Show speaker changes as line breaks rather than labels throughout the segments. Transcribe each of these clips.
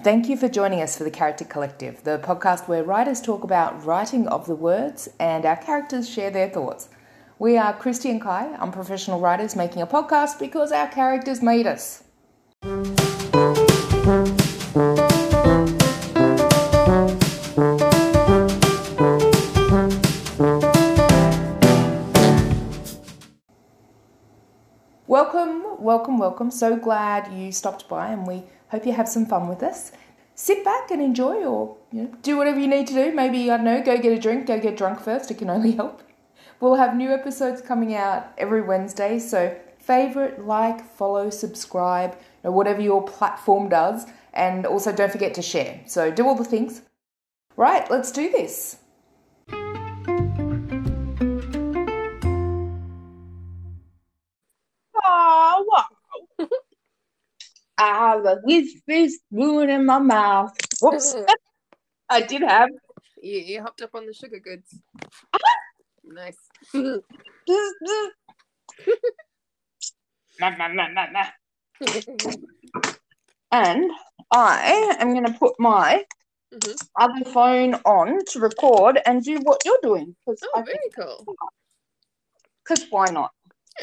Thank you for joining us for the Character Collective, the podcast where writers talk about writing of the words and our characters share their thoughts. We are Christy and Kai, unprofessional writers making a podcast because our characters made us. Welcome, welcome, welcome. So glad you stopped by and we hope you have some fun with us. Sit back and enjoy or you know, do whatever you need to do. Maybe, I don't know, go get a drink, go get drunk first. It can only help. We'll have new episodes coming out every Wednesday. So, favorite, like, follow, subscribe, you know, whatever your platform does. And also, don't forget to share. So, do all the things. Right, let's do this.
Oh, wow. I have a whiskey spoon in my mouth. Whoops.
Ugh.
I did have.
you, you hopped up on the sugar goods. nice.
Nah, nah, nah, nah, nah.
Oh,
And I am going to put my
Mhm.
other phone on to record and do what you're doing.
Oh,
Because
very cool.
why not?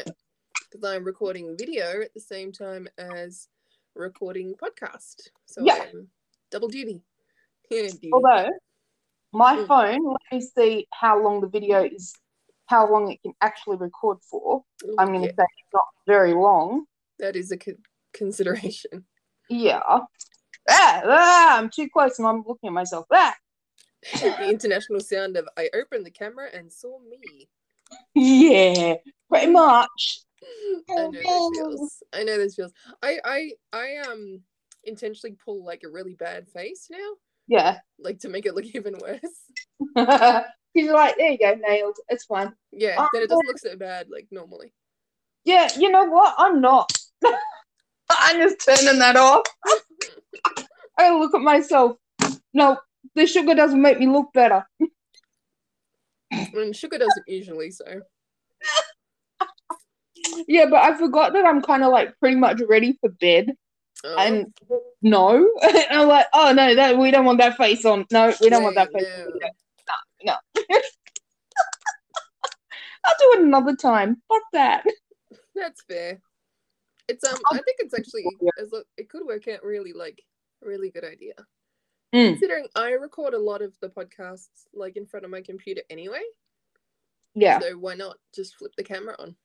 Because I'm recording video at the same time as recording podcast. So
Yeah.
I'm double duty. Yeah, duty.
Although, my
Mm.
phone, let me see how long the video is, how long it can actually record for.
Ooh,
I'm going to
Oh, yeah,
say it's not very long.
that is a con- consideration.
Yeah. Ah, ah, I'm too close and I'm looking at myself. Ah.
the international sound of I opened the camera and saw me.
Yeah, pretty much.
I know those feels. I know those feels. I I I um intentionally pull like a really bad face now,
Yeah.
like to make it look even worse.
He's like, there you go, nailed. It's fine.
Yeah,
Oh.
then it doesn't look so bad like normally.
Yeah, you know what? I'm not. I'm just turning that off. I look at myself. No, the sugar doesn't make me look better.
And sugar doesn't usually, so
Yeah, but I forgot that I'm kind of like pretty much ready for bed.
um,
And no, and I'm like, oh no, that we don't want that face on. No, we don't want
no,
that face. on.
no.
I'll do it another time. Fuck that.
That's fair. It's um, I think it's actually as lo- it could work out really like a really good idea.
Mm.
Considering I record a lot of the podcasts like in front of my computer anyway,
Yeah.
so why not just flip the camera on?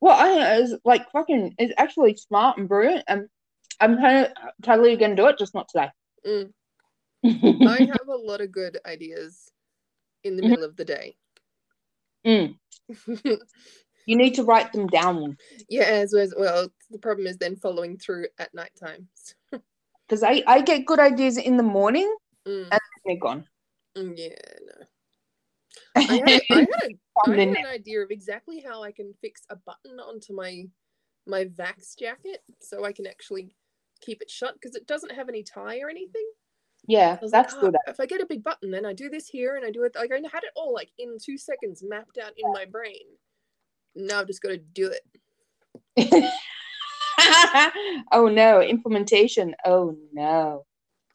Well, I don't know. It's like fucking. It's actually smart and brilliant, and I'm kind of totally gonna do it, just not today.
Mm. I have a lot of good ideas in the
Mhm.
middle of the day.
Mm. you need to write them down
yeah, as well, as well. The problem is then following through at night times.
because I I get good ideas in the morning,
Mm.
and they're gone.
Mm, Yeah, no. I had, a- I had a I
And
had
then-
an idea of exactly how I can fix a button onto my my Vax jacket so I can actually keep it shut because it doesn't have any tie or anything.
yeah,
I was
that's
like,
good.
"Ah, if I get a big button, then I do this here and I do it. Like I had it all like in two seconds mapped out in my brain. Now I've just got to do it.
oh no, implementation. Oh no.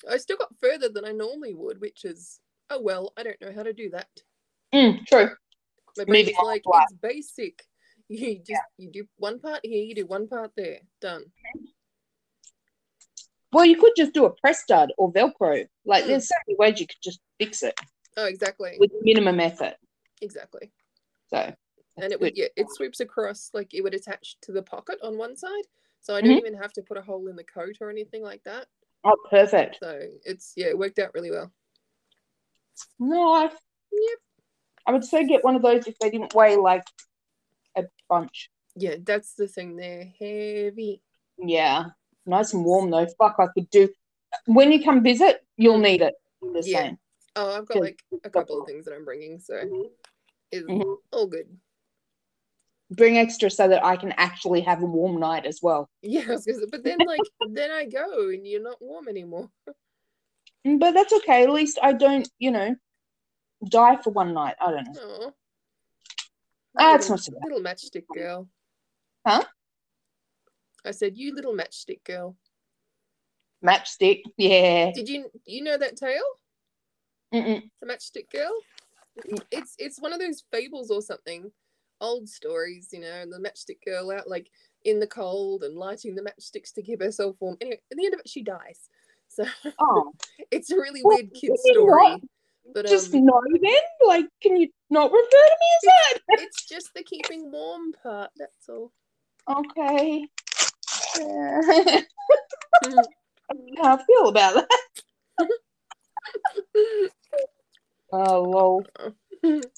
I still got further than I normally would, which is oh well, I don't know how to do that.
Mm, true.
My brain
Maybe
is like
why.
it's basic. You just you do one part here, you do one part there, done.
Well, you could just do a press stud or Velcro. Like,
Mm.
there's so many ways you could just fix it
Oh, exactly,
with minimum effort.
exactly.
So,
and it would yeah, it sweeps across like it would attach to the pocket on one side so i don't
Mm-hmm.
even have to put a hole in the coat or anything like that
oh, perfect.
so it's yeah it worked out really well
Nice.
Yep.
I would say get one of those if they didn't weigh like a bunch.
yeah that's the thing they're heavy
Yeah. Nice and warm though. Fuck, I could do. When you come visit, you'll need it. I'm just
Yeah.
saying.
oh i've got
Good. Mm-hmm.
like a couple of things that i'm bringing so it's
Mhm.
all good
Bring extra so that I can actually have a warm night as well.
yeah I was gonna say, but then like then i go and you're not warm anymore
Mm, But that's okay. At least I don't, you know, die for one night. I don't know.
oh
Ah, it's not so bad.
little matchstick girl
Huh?
i said you little matchstick girl
Matchstick. Yeah.
Did you you know that tale?
Mm-mm.
The Matchstick Girl? It's it's one of those fables or something. Old stories, you know, and the matchstick girl out like in the cold and lighting the matchsticks to give herself warm. Anyway, at the end of it she dies. So
Oh,
it's a really
Well,
weird kid
you know
story.
what?
But
just
um,
no then? Like, can you not refer to me
it's just the keeping warm part, that's all.
as that? Okay. Yeah. I don't know how I feel about that. Oh, lol.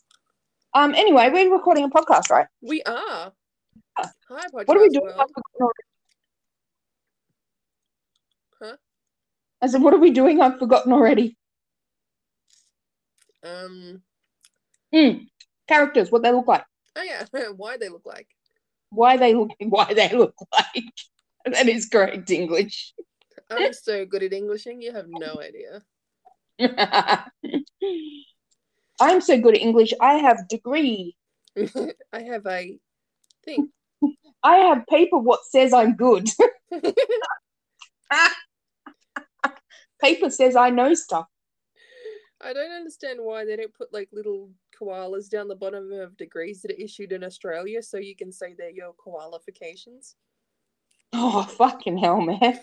Um, anyway, we're recording a podcast, right?
we are.
Yeah.
Hi, podcast
What are we doing?
world. Huh?
I said, what are we doing? I've forgotten already.
Um
Mm. Characters, what they look like,
oh yeah, why they look like.
why they look, why they look like. That is correct English.
I'm so good at Englishing, you have no idea.
I'm so good at English. I have degree.
I have a thing.
I have paper. What says I'm good? paper says I know stuff.
I don't understand why they don't put like little koalas down the bottom of degrees that are issued in Australia so you can say they're your qualifications.
Oh fucking hell, man.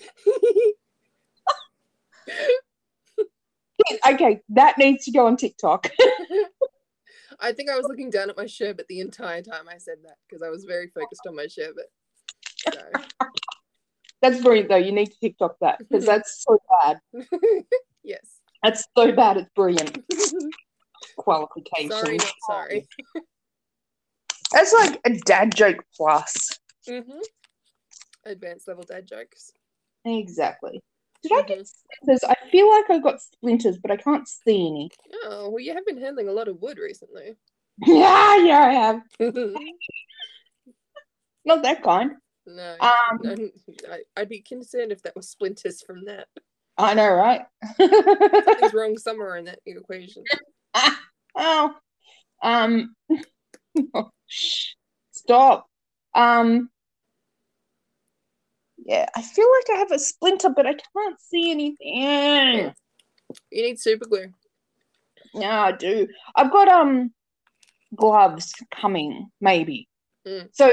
Okay, that needs to go on TikTok.
I think I was looking down at my sherbet the entire time I said that because I was very focused on my sherbet. So,
That's brilliant though. You need to TikTok that because that's so bad.
yes.
That's so bad. It's brilliant. Qualification.
sorry, not sorry.
That's like a dad joke plus.
hmm Advanced level dad jokes.
Exactly. Did I get
Mhm.
splinters? I feel like I got splinters, but I can't see any.
Oh, well, you have been handling a lot of wood recently.
Yeah, yeah, I have. Not that kind.
no.
Um,
No, I, I'd be concerned if that was splinters from that.
I know, right?
Something's wrong somewhere in that equation.
oh, um, oh, stop. Um, yeah, I feel like I have a splinter, but I can't see anything.
You need super glue.
Yeah, I do. I've got um gloves coming, maybe.
Mm.
So,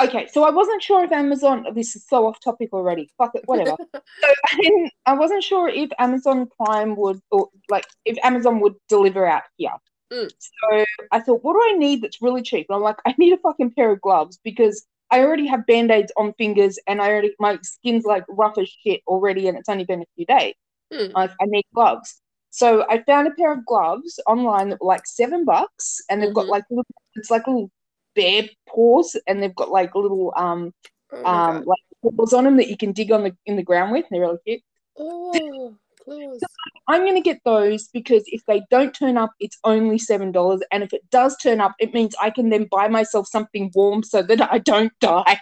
okay, so I wasn't sure if Amazon. This is so off topic already. Fuck it, whatever. so I didn't. I wasn't sure if Amazon Prime would or like if Amazon would deliver out here.
Mm.
So I thought, what do I need that's really cheap? And I'm like, I need a fucking pair of gloves because I already have band aids on fingers and I already my skin's like rough as shit already, and it's only been a few days.
Mm.
Like I need gloves. So I found a pair of gloves online that were like seven bucks, and they've got
Mhm.
like little, it's like little bear paws, and they've got like little um
Oh, my
um
God.
like claws on them that you can dig on the in the ground with, and they're really cute.
oh claws.
I'm gonna get those because if they don't turn up, it's only seven dollars, and if it does turn up, it means I can then buy myself something warm so that I don't die.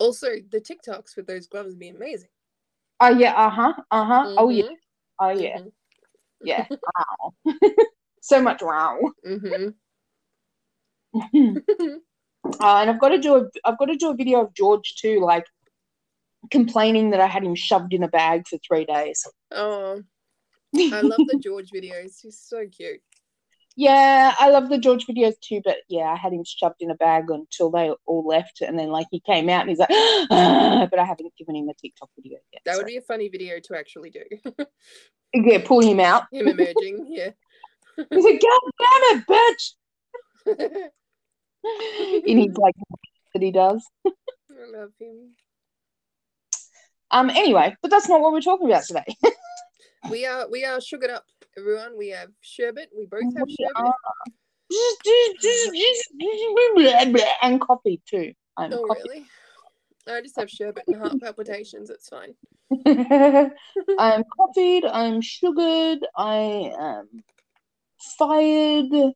Also, the TikToks with those gloves would be amazing.
Oh yeah, uh huh, uh huh. Oh yeah,
Mhm,
oh yeah,
mhm,
yeah. Wow, so much wow.
mhm. Mm-hmm.
Uh, and I've got to do a I've got to do a video of George too, like complaining that I had him shoved in a bag for three days.
Oh, I love the George videos. He's so cute.
yeah, I love the George videos too, but yeah, I had him shoved in a bag until they all left, and then like he came out and he's like, "Ah," but I haven't given him a TikTok video yet.
That
so-
would be a funny video to actually do.
yeah, pull him out.
Him emerging, yeah.
He's like, God damn it, bitch! and he's like, that he does.
I love him.
Um, anyway, but that's not what we're talking about today.
We are we are sugared up, everyone. We have sherbet. We both have
We
sherbet.
and coffee too. I'm
Oh
coffee.
really? I just have sherbet and heart palpitations. It's fine.
I'm coffeeed, I'm sugared, I am fired.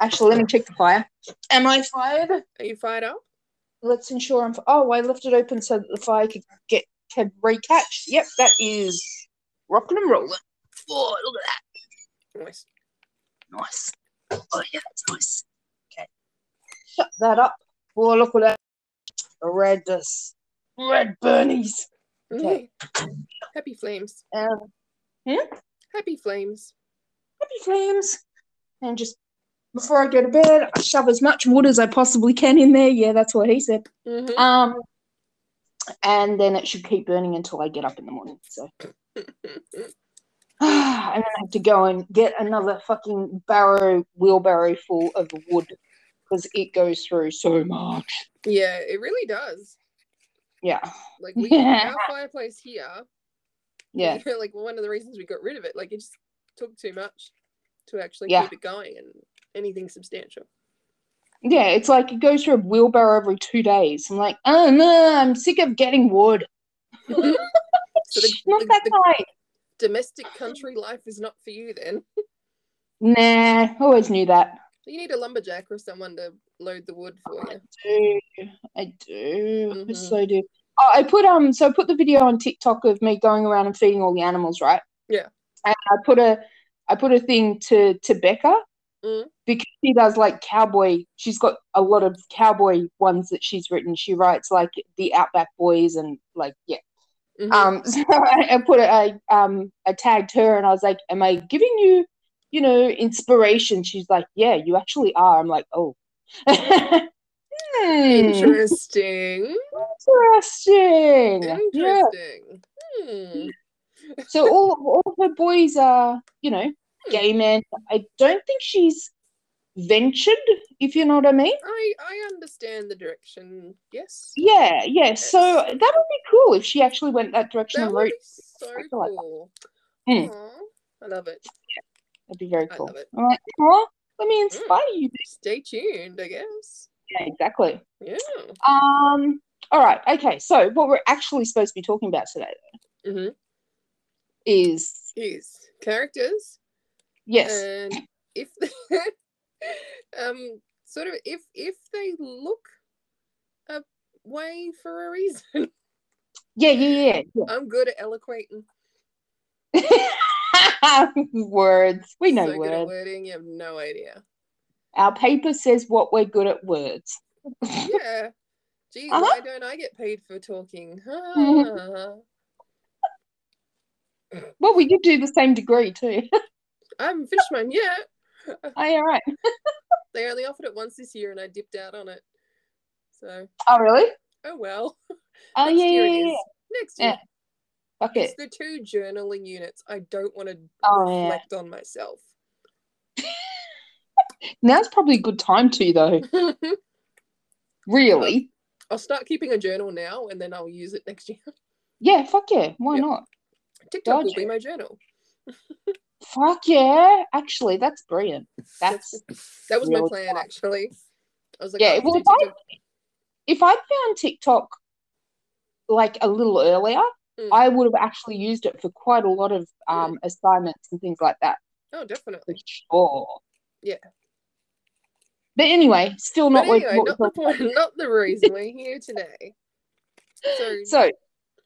Actually, let me check the fire. Am I fired?
Are you fired up?
Let's ensure I'm. Oh, I left it open so that the fire could get could recatch. Yep, that is rocking and rolling. Oh, look at
Nice.
that, nice. Oh yeah, that's nice. Okay, shut uh, that up. Oh, look at that. Red, red Bernies.
Okay.
Mm. Happy flames.
Um, yeah?
Happy flames.
Happy flames. And just before I go to bed, I shove as much wood as I possibly can in there. Yeah, that's what he said.
hmm
Um, and then it should keep burning until I get up in the morning. So, and then I have to go and get another fucking barrow, wheelbarrow full of wood because it goes through so much.
yeah, it really does.
Yeah,
Like we
Yeah.
our fireplace here.
yeah,
like one of the reasons we got rid of it, like it just took too much to actually
Yeah.
keep it going and anything substantial.
yeah. It's like it goes through a wheelbarrow every two days. I'm like, oh no, I'm sick of getting wood.
so the,
Not
the-
that
the
kind.
domestic country life is not for you then.
Nah, always knew that.
You need a lumberjack or someone to load the wood for you.
do. I do. I
Mhm.
so do. Oh, I put um. So I put the video on TikTok of me going around and feeding all the animals, right?
Yeah.
And I put a, I put a thing to to Becca
Mm.
because she does like cowboy. She's got a lot of cowboy ones that she's written. She writes like the Outback Boys and like yeah.
Mhm.
Um, so I, I put it, I um, I tagged her and I was like, "Am I giving you, you know, inspiration?" She's like, "Yeah, you actually are." I'm like, "Oh, Hmm,
Interesting.
interesting." Yeah.
Interesting. Hmm.
So all all of her boys are, you know,
Hmm.
gay men. I don't think she's ventured, if you know what I mean.
I I understand the direction. Yes.
Yeah, yeah. So that would be cool if she actually went that direction
That
and
would
wrote.
be so
I feel like that.
cool.
Mm.
Aw, I love it.
That'd be very
I
cool.
love it. Hmm.
I'm like, "Aw, let me inspire you.
Stay tuned, I guess.
Yeah, exactly.
Yeah.
Um. All right. Okay. So what we're actually supposed to be talking about today
Mm-hmm.
is
Yes. Characters.
yes,
and if um sort of if if they look a way for a reason
yeah, yeah, yeah.
i'm good at eloquating
yeah. words. We know
so good at
words.
wording you have no idea
Our paper says what we're good at words.
yeah Gee, why
Uh-huh.
don't I get paid for talking?
Well, we did do the same degree too.
I haven't finished mine yet.
oh, yeah, right.
They only offered it once this year, and I dipped out on it. So,
Oh, really?
oh well.
Oh,
Next
yeah,
year it
yeah,
is.
yeah.
Next year.
Yeah. Fuck it.
It's the two journaling units. I don't want to
Oh, yeah.
reflect on myself.
Now's probably a good time to though. Really?
I'll start keeping a journal now and then I'll use it next year.
Yeah. Fuck yeah. Why
Yep.
not?
TikTok will
Gotcha.
be my journal.
Fuck yeah. Actually, that's brilliant. That's
That was my
Real
plan, actually. I was like,
Yeah,
oh,
well,
do
if I-
TikTok.
if I'd found TikTok like a little earlier,
Mm.
I would have actually used it for quite a lot of um, assignments and things like that
oh,
for
definitely.
sure.
Yeah.
But anyway, still
But
not
anyway,
what,
not
what
the point, not the reason we're here today. So, so,
So,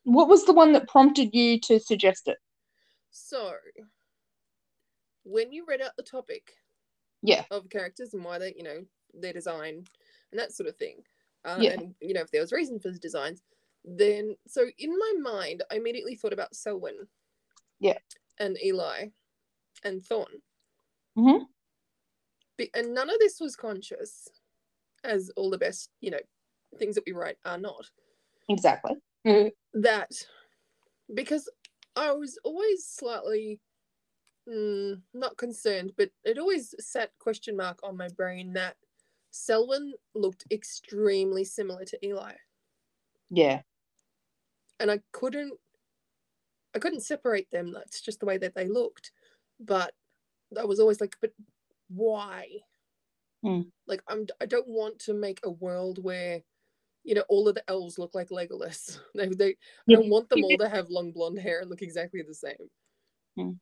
what was the one that prompted you to suggest it?
when you read out the topic
Yeah.
of characters and why they, you know, their design and that sort of thing, uh,
Yeah.
and, you know, if there was reason for the designs, then, so in my mind, I immediately thought about Selwyn.
Yeah.
And Eli and Thorn.
Mhm.
Be- and none of this was conscious, as all the best, you know, things that we write are not.
Exactly.
That because I was always slightly mm, not concerned, but it always sat question mark on my brain that Selwyn looked extremely similar to Eli,
Yeah.
and I couldn't, I couldn't separate them. That's just the way that they looked, but I was always like, but why?
Mm.
Like I'm, I don't want to make a world where, you know, all of the elves look like Legolas. They, they, I
Yeah.
want them all to have long blonde hair and look exactly the same.
Mm.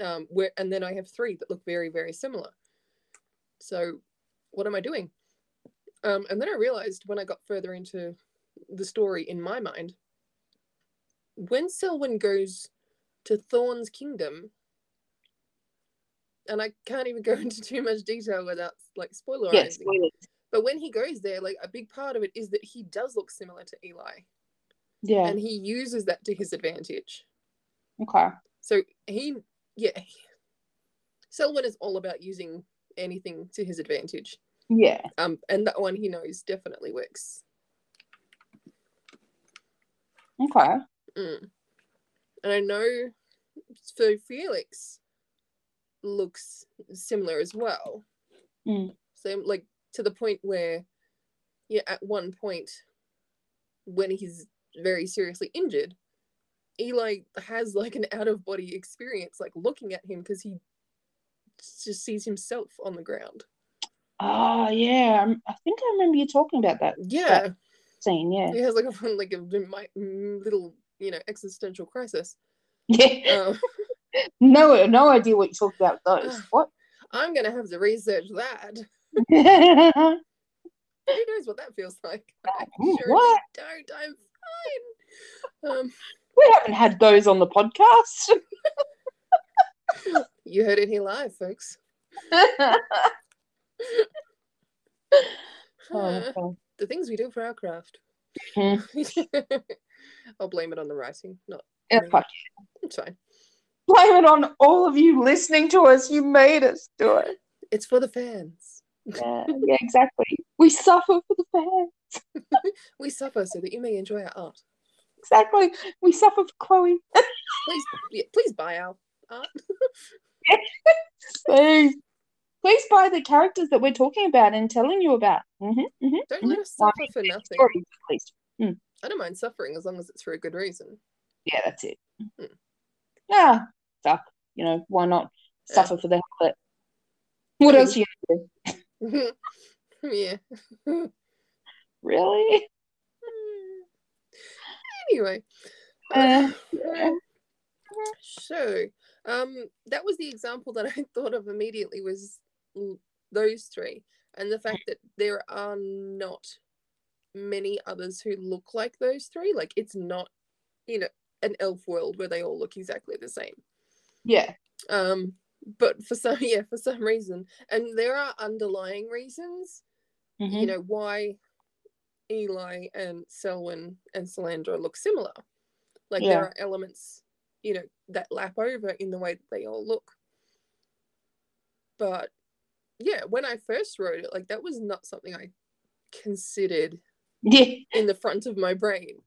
Um, where and then I have three that look very, very similar. So, what am I doing? Um, and then I realized when I got further into the story in my mind, when Selwyn goes to Thorn's kingdom, and I can't even go into too much detail without like spoilerizing.
Yes.
But when he goes there, like a big part of it is that he does look similar to Eli.
Yeah.
and he uses that to his advantage.
okay.
So he, yeah, Selwyn is all about using anything to his advantage.
Yeah.
Um, and that one he knows definitely works.
Okay.
Mm. And I know so Felix looks similar as well.
Mm.
So like to the point where yeah, at one point when he's very seriously injured, Eli has like an out of body experience, like looking at him because he just sees himself on the ground.
Oh yeah. I'm- I think I remember you talking about that
Yeah,
scene. Yeah.
Uh, he has like a like a mi- little you know existential crisis.
Yeah.
Um,
No, no idea what you talked about with those. What?
I'm gonna have to research that. uh. Who knows what that feels like? I
Ooh,
surely
what?
Don't. I'm fine. Um,
We haven't had those on the podcast.
you heard it here live, folks.
Oh, okay.
Uh, the things we do for our craft.
Mhm.
I'll blame it on the writing. Not.
Yeah,
me.
fuck.
It's fine.
Blame it on all of you listening to us. You made us do it.
It's for the fans.
Yeah, yeah, exactly. We suffer for the fans.
We suffer so that you may enjoy our art.
Exactly. We suffer for Chloe.
Please, yeah, please buy our art.
Please, please buy the characters that we're talking about and telling you about. hmm hmm
Don't let us
Why?
suffer for nothing.
Stories, at least.
I don't mind suffering as long as it's for a good reason.
Yeah, that's it.
Hmm.
Yeah, suck. You know, why not
Yeah.
suffer for the hell of it? What
Hmm.
else you
yeah.
really?
Anyway.
Uh,
So, um, that was the example that I thought of immediately was l- those three, and the fact that there are not many others who look like those three. Like it's not, you know, an elf world where they all look exactly the same.
yeah.
Um, but for some, yeah, for some reason, and there are underlying reasons, you
Mhm.
know, why Eli and Selwyn and Salandra look similar. Like
Yeah.
there are elements, you know, that lap over in the way that they all look. But yeah, when I first wrote it, like that was not something I considered
Yeah.
in the front of my brain.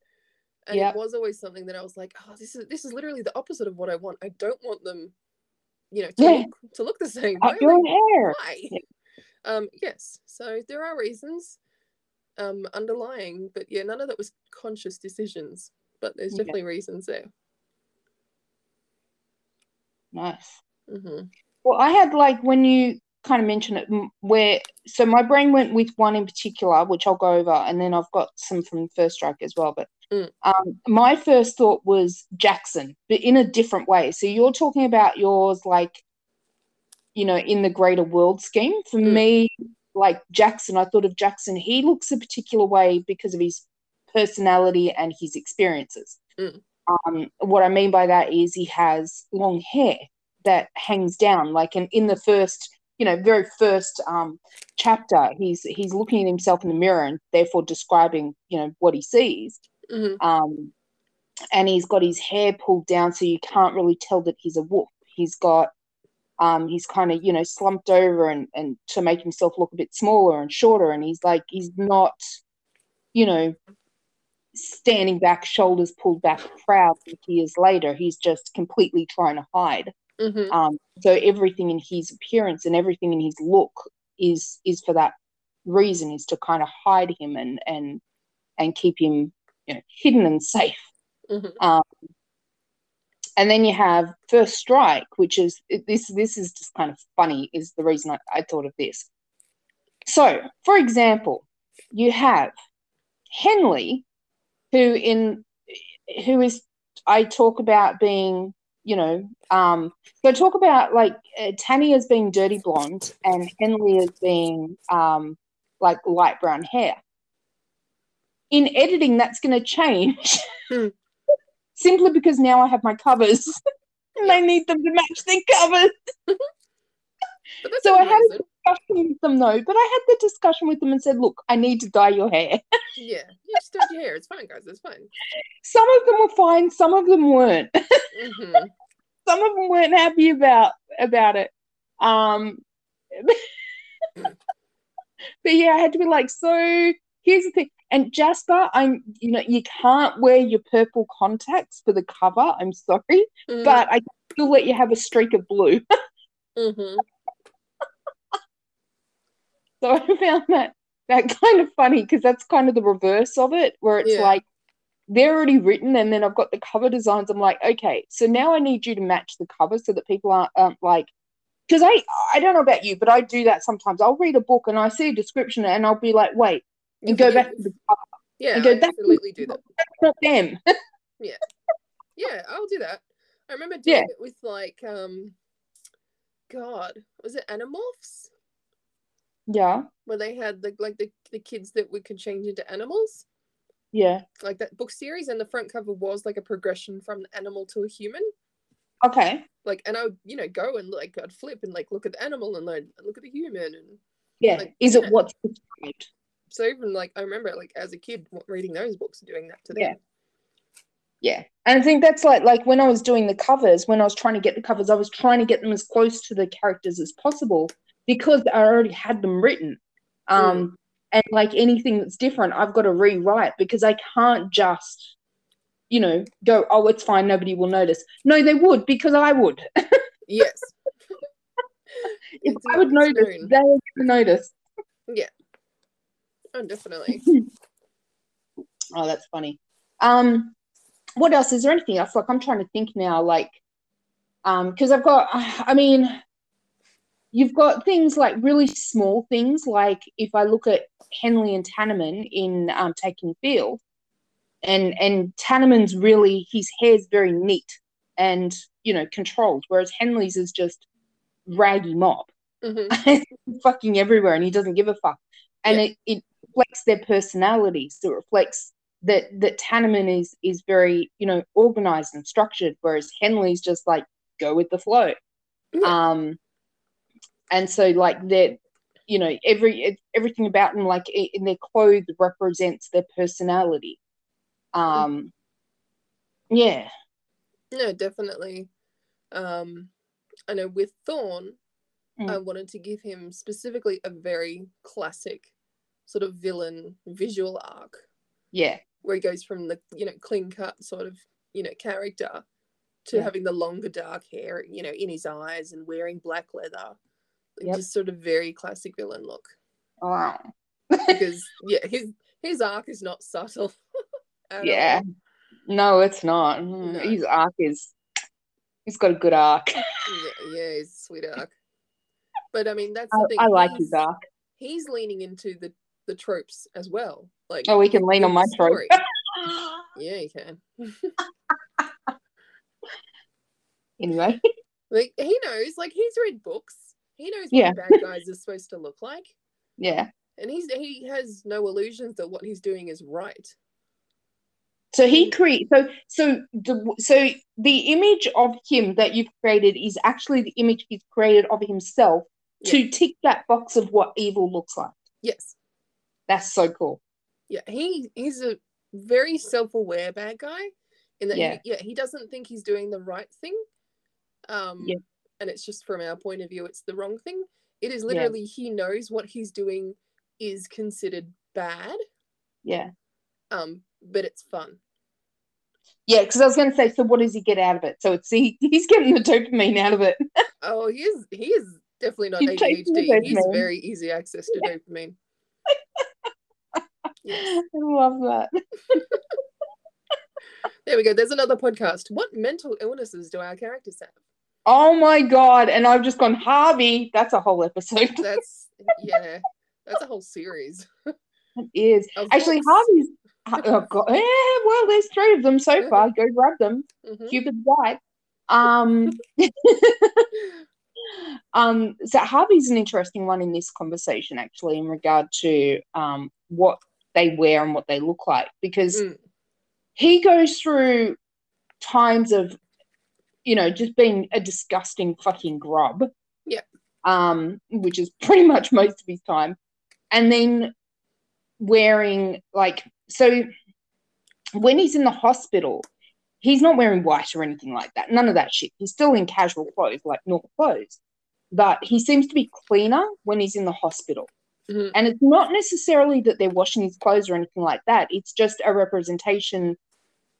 And
Yep.
it was always something that I was like, oh, this is this is literally the opposite of what I want. I don't want them, you know, to,
Yeah.
look, to look the same. Why
Cut
are
your
they
hair.
why?
Yeah.
Um, yes. So there are reasons um, underlying, but yeah, none of that was conscious decisions. But there's
Yeah.
definitely reasons there.
Nice.
hmm
Well, I had like when you kind of mentioned it, m- where so my brain went with one in particular, which I'll go over, and then I've got some from First Strike as well. But
Mm.
um, my first thought was Jackson, but in a different way. So you're talking about yours, like you know, in the greater world scheme. For
Mm.
me, like Jackson, I thought of Jackson. He looks a particular way because of his personality and his experiences.
Mm.
Um, what I mean by that is he has long hair that hangs down. Like in, in the first, you know, very first um, chapter, he's he's looking at himself in the mirror and therefore describing, you know, what he sees.
hmm
Um, and he's got his hair pulled down so you can't really tell that he's a wolf. He's got um, he's kind of you know slumped over and and to make himself look a bit smaller and shorter. And he's like he's not, you know, standing back, shoulders pulled back, proud. like He is later. He's just completely trying to hide
hmm
um, so everything in his appearance and everything in his look is is for that reason is to kind of hide him and and and keep him you know hidden and safe Um,
hmm
and then you have first strike which is this this is just kind of funny is the reason i, I thought of this so for example you have henley who in who is i talk about being you know um so I talk about like uh, tanny as being dirty blonde and henley as being um like light brown hair in editing that's going to change
Hmm.
simply because now i have my covers and they need them to match their covers
But that's
So
a
I had-
reason.
discussion with them though, but I had the discussion with them and said, look, I need to dye your hair.
Yeah, you just dyed your hair. It's fine, guys. It's fine.
Some of them were fine, some of them weren't.
hmm
Some of them weren't happy about about it. Um but yeah, I had to be like, so here's the thing. And Jasper, I'm you know, you can't wear your purple contacts for the cover. I'm sorry,
Mm. mm-hmm,
but I still let you have a streak of blue.
hmm
So I found that that kind of funny because that's kind of the reverse of it, where it's
Yeah.
like they're already written, and then I've got the cover designs. I'm like, okay, so now I need you to match the cover so that people aren't um, like, because I I don't know about you, but I do that sometimes. I'll read a book and I see a description and I'll be like, wait, and go back to the cover.
Yeah,
and go
I
back-
absolutely do that.
That's not them.
Yeah, I'll do that. I remember doing
Yeah.
it with like um, God, was it Animorphs?
yeah,
Where they had the like the, the kids that we could change into animals,
yeah.
like that book series, and the front cover was like a progression from the animal to a human.
Okay.
Like, and I would you know go and like I'd flip and like look at the animal and then look at the human, and
Yeah.
Like,
Is it
yeah.
what's described?
so even like I remember like as a kid wa- reading those books and doing that to them.
Yeah. Yeah. And I think that's like like when I was doing the covers, when I was trying to get the covers, I was trying to get them as close to the characters as possible because I already had them written.
Mm.
Um and like anything that's different, I've got to rewrite because I can't just, you know, go, oh, it's fine, nobody will notice. No, they would because I would.
Yes.
If
It's
I
a-
would
it's
notice,
known.
they would notice.
Oh, definitely.
Oh, that's funny. Um, what else? Is there anything else? Like, I'm trying to think now, like, um, because I've got, I mean, you've got things like really small things, like if I look at Henley and Tanneman in um, Taking Field, and and Tanneman's really his hair's very neat and you know controlled, whereas Henley's is just raggy mop
hmm
fucking everywhere and he doesn't give a fuck. And
Yeah.
it, it reflects their personality. So it reflects that that Tanneman is is very, you know, organized and structured, whereas Henley's just like go with the flow.
Yeah.
Um and so like they're you know, every it- everything about them like i- in their clothes represents their personality. Um yeah.
No, definitely. Um, I know with Thorn,
Mm.
I wanted to give him specifically a very classic sort of villain visual arc
Yeah.
where he goes from the you know clean cut sort of you know character to
Yeah.
having the longer dark hair you know in his eyes and wearing black leather Like,
Yep.
just sort of very classic villain look
Wow.
because yeah his his arc is not subtle at
Yeah. No, it's not. Mm-hmm.
No.
His arc is he's got a good arc.
all. yeah yeah he's a sweet arc but I mean that's
I,
the thing
I like
he's-
his arc.
he's leaning into the the tropes as well like
Oh, we can lean on
with
my
the
trope.
story. Yeah, you can.
Anyway,
Like he knows, like he's read books. He knows what
Yeah.
the bad guys are supposed to look like,
yeah.
and he's he has no illusions that what he's doing is right.
So
Mm.
he create so so the so the image of him that you've created is actually the image he's created of himself to tick that box of what evil looks like.
Yes,
That's so cool.
yeah, he he's a very self-aware bad guy, in that
Yeah.
he, yeah he doesn't think he's doing the right thing, um,
Yeah.
and it's just from our point of view, it's the wrong thing. It is
Yeah.
literally he knows what he's doing is considered bad,
Yeah.
um, but it's fun.
Yeah, because I was going to say, so what does he get out of it? So it's he, he's getting the dopamine out of it.
Oh, he is he is definitely not
He's taking the
ADHD. He's
dopamine.
very easy access to dopamine. Yes.
I love that.
There we go. There's another podcast. What mental illnesses do our characters have?
Oh my god! And I've just gone, Harvey. That's a whole episode.
That's yeah. That's a whole series.
It is.
Of
Actually, Harvey's. Har- Oh God! Yeah, well, there's three of them so far. Go grab them.
Mhm.
Cupid's right. Um, um. So Harvey's an interesting one in this conversation, actually, in regard to um what they wear and what they look like, because
Mm.
he goes through times of, you know, just being a disgusting fucking grub.
Yeah.
um, which is pretty much most of his time, and then wearing like so when he's in the hospital, he's not wearing white or anything like that. None of that shit. He's still in casual clothes, like normal clothes, but he seems to be cleaner when he's in the hospital.
Mhm.
And it's not necessarily that they're washing his clothes or anything like that. It's just a representation,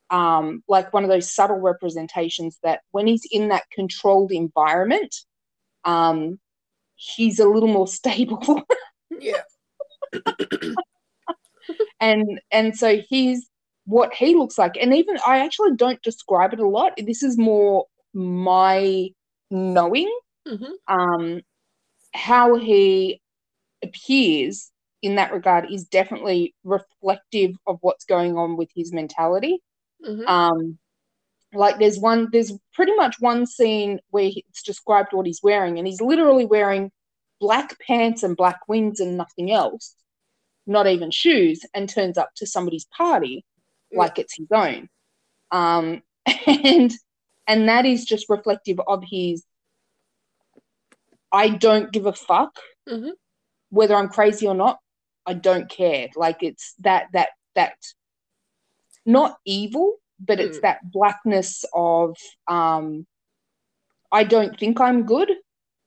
um, like one of those subtle representations that when he's in that controlled environment, um, he's a little more stable.
Yeah.
and and so he's what he looks like and even i actually don't describe it a lot this is more my knowing
hmm
um how he appears in that regard is definitely reflective of what's going on with his mentality
hmm
um like there's one there's pretty much one scene where he- it's described what he's wearing and he's literally wearing black pants and black wings and nothing else not even shoes and turns up to somebody's party
Yeah.
like it's his own um and and that is just reflective of his i don't give a fuck
Mhm.
whether i'm crazy or not i don't care like it's that that that not evil but it's
Mm.
that blackness of um i don't think i'm good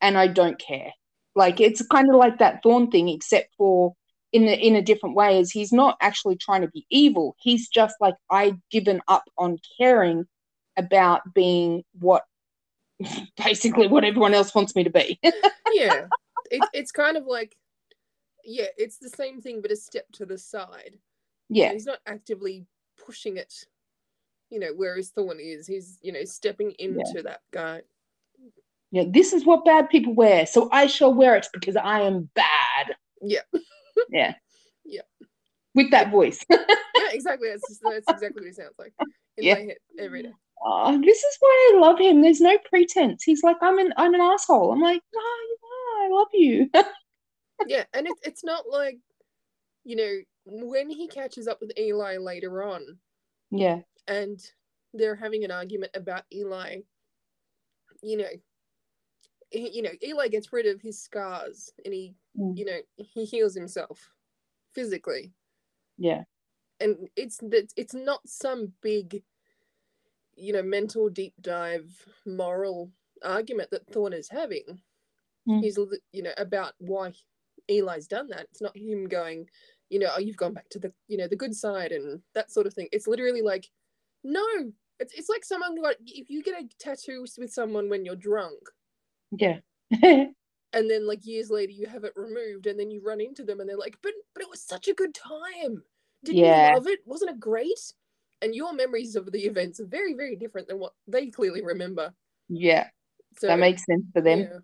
and i don't care like it's kind of like that thorn thing except for in a, in a different way is he's not actually trying to be evil he's just like i've given up on caring about being what basically what everyone else wants me to be
yeah it, it's kind of like yeah it's the same thing but a step to the side
yeah
he's not actively pushing it you know whereas thorn is he's you know stepping into that guy
yeah this is what bad people wear so i shall wear it because i am bad
Yeah.
yeah
Yeah.
with that voice
yeah exactly that's, just, that's exactly what he sounds like in
Yeah.
my head every day
oh, this is why I love him. There's no pretense. He's like, I'm an I'm an asshole. I'm like, no, no, I love you.
yeah and it, it's not like you know when he catches up with eli later on
yeah,
and they're having an argument about Eli. You know, he, you know, Eli gets rid of his scars and he,
Mm.
you know, he heals himself physically,
yeah,
and it's that it's not some big, you know, mental deep dive moral argument that Thorn is having.
Mm.
He's, li- you know, about why Eli's done that. It's not him going, you know, oh, you've gone back to the, you know, the good side and that sort of thing. It's literally like, no, it's, it's like someone got, if you get a tattoo with someone when you're drunk
yeah,
and then like years later you have it removed and then you run into them and they're like, but, but it was such a good time. Didn't
Yeah.
you love it? Wasn't it great? And your memories of the events are very, very different than what they clearly remember.
yeah.
So
that makes sense for them.
Yeah.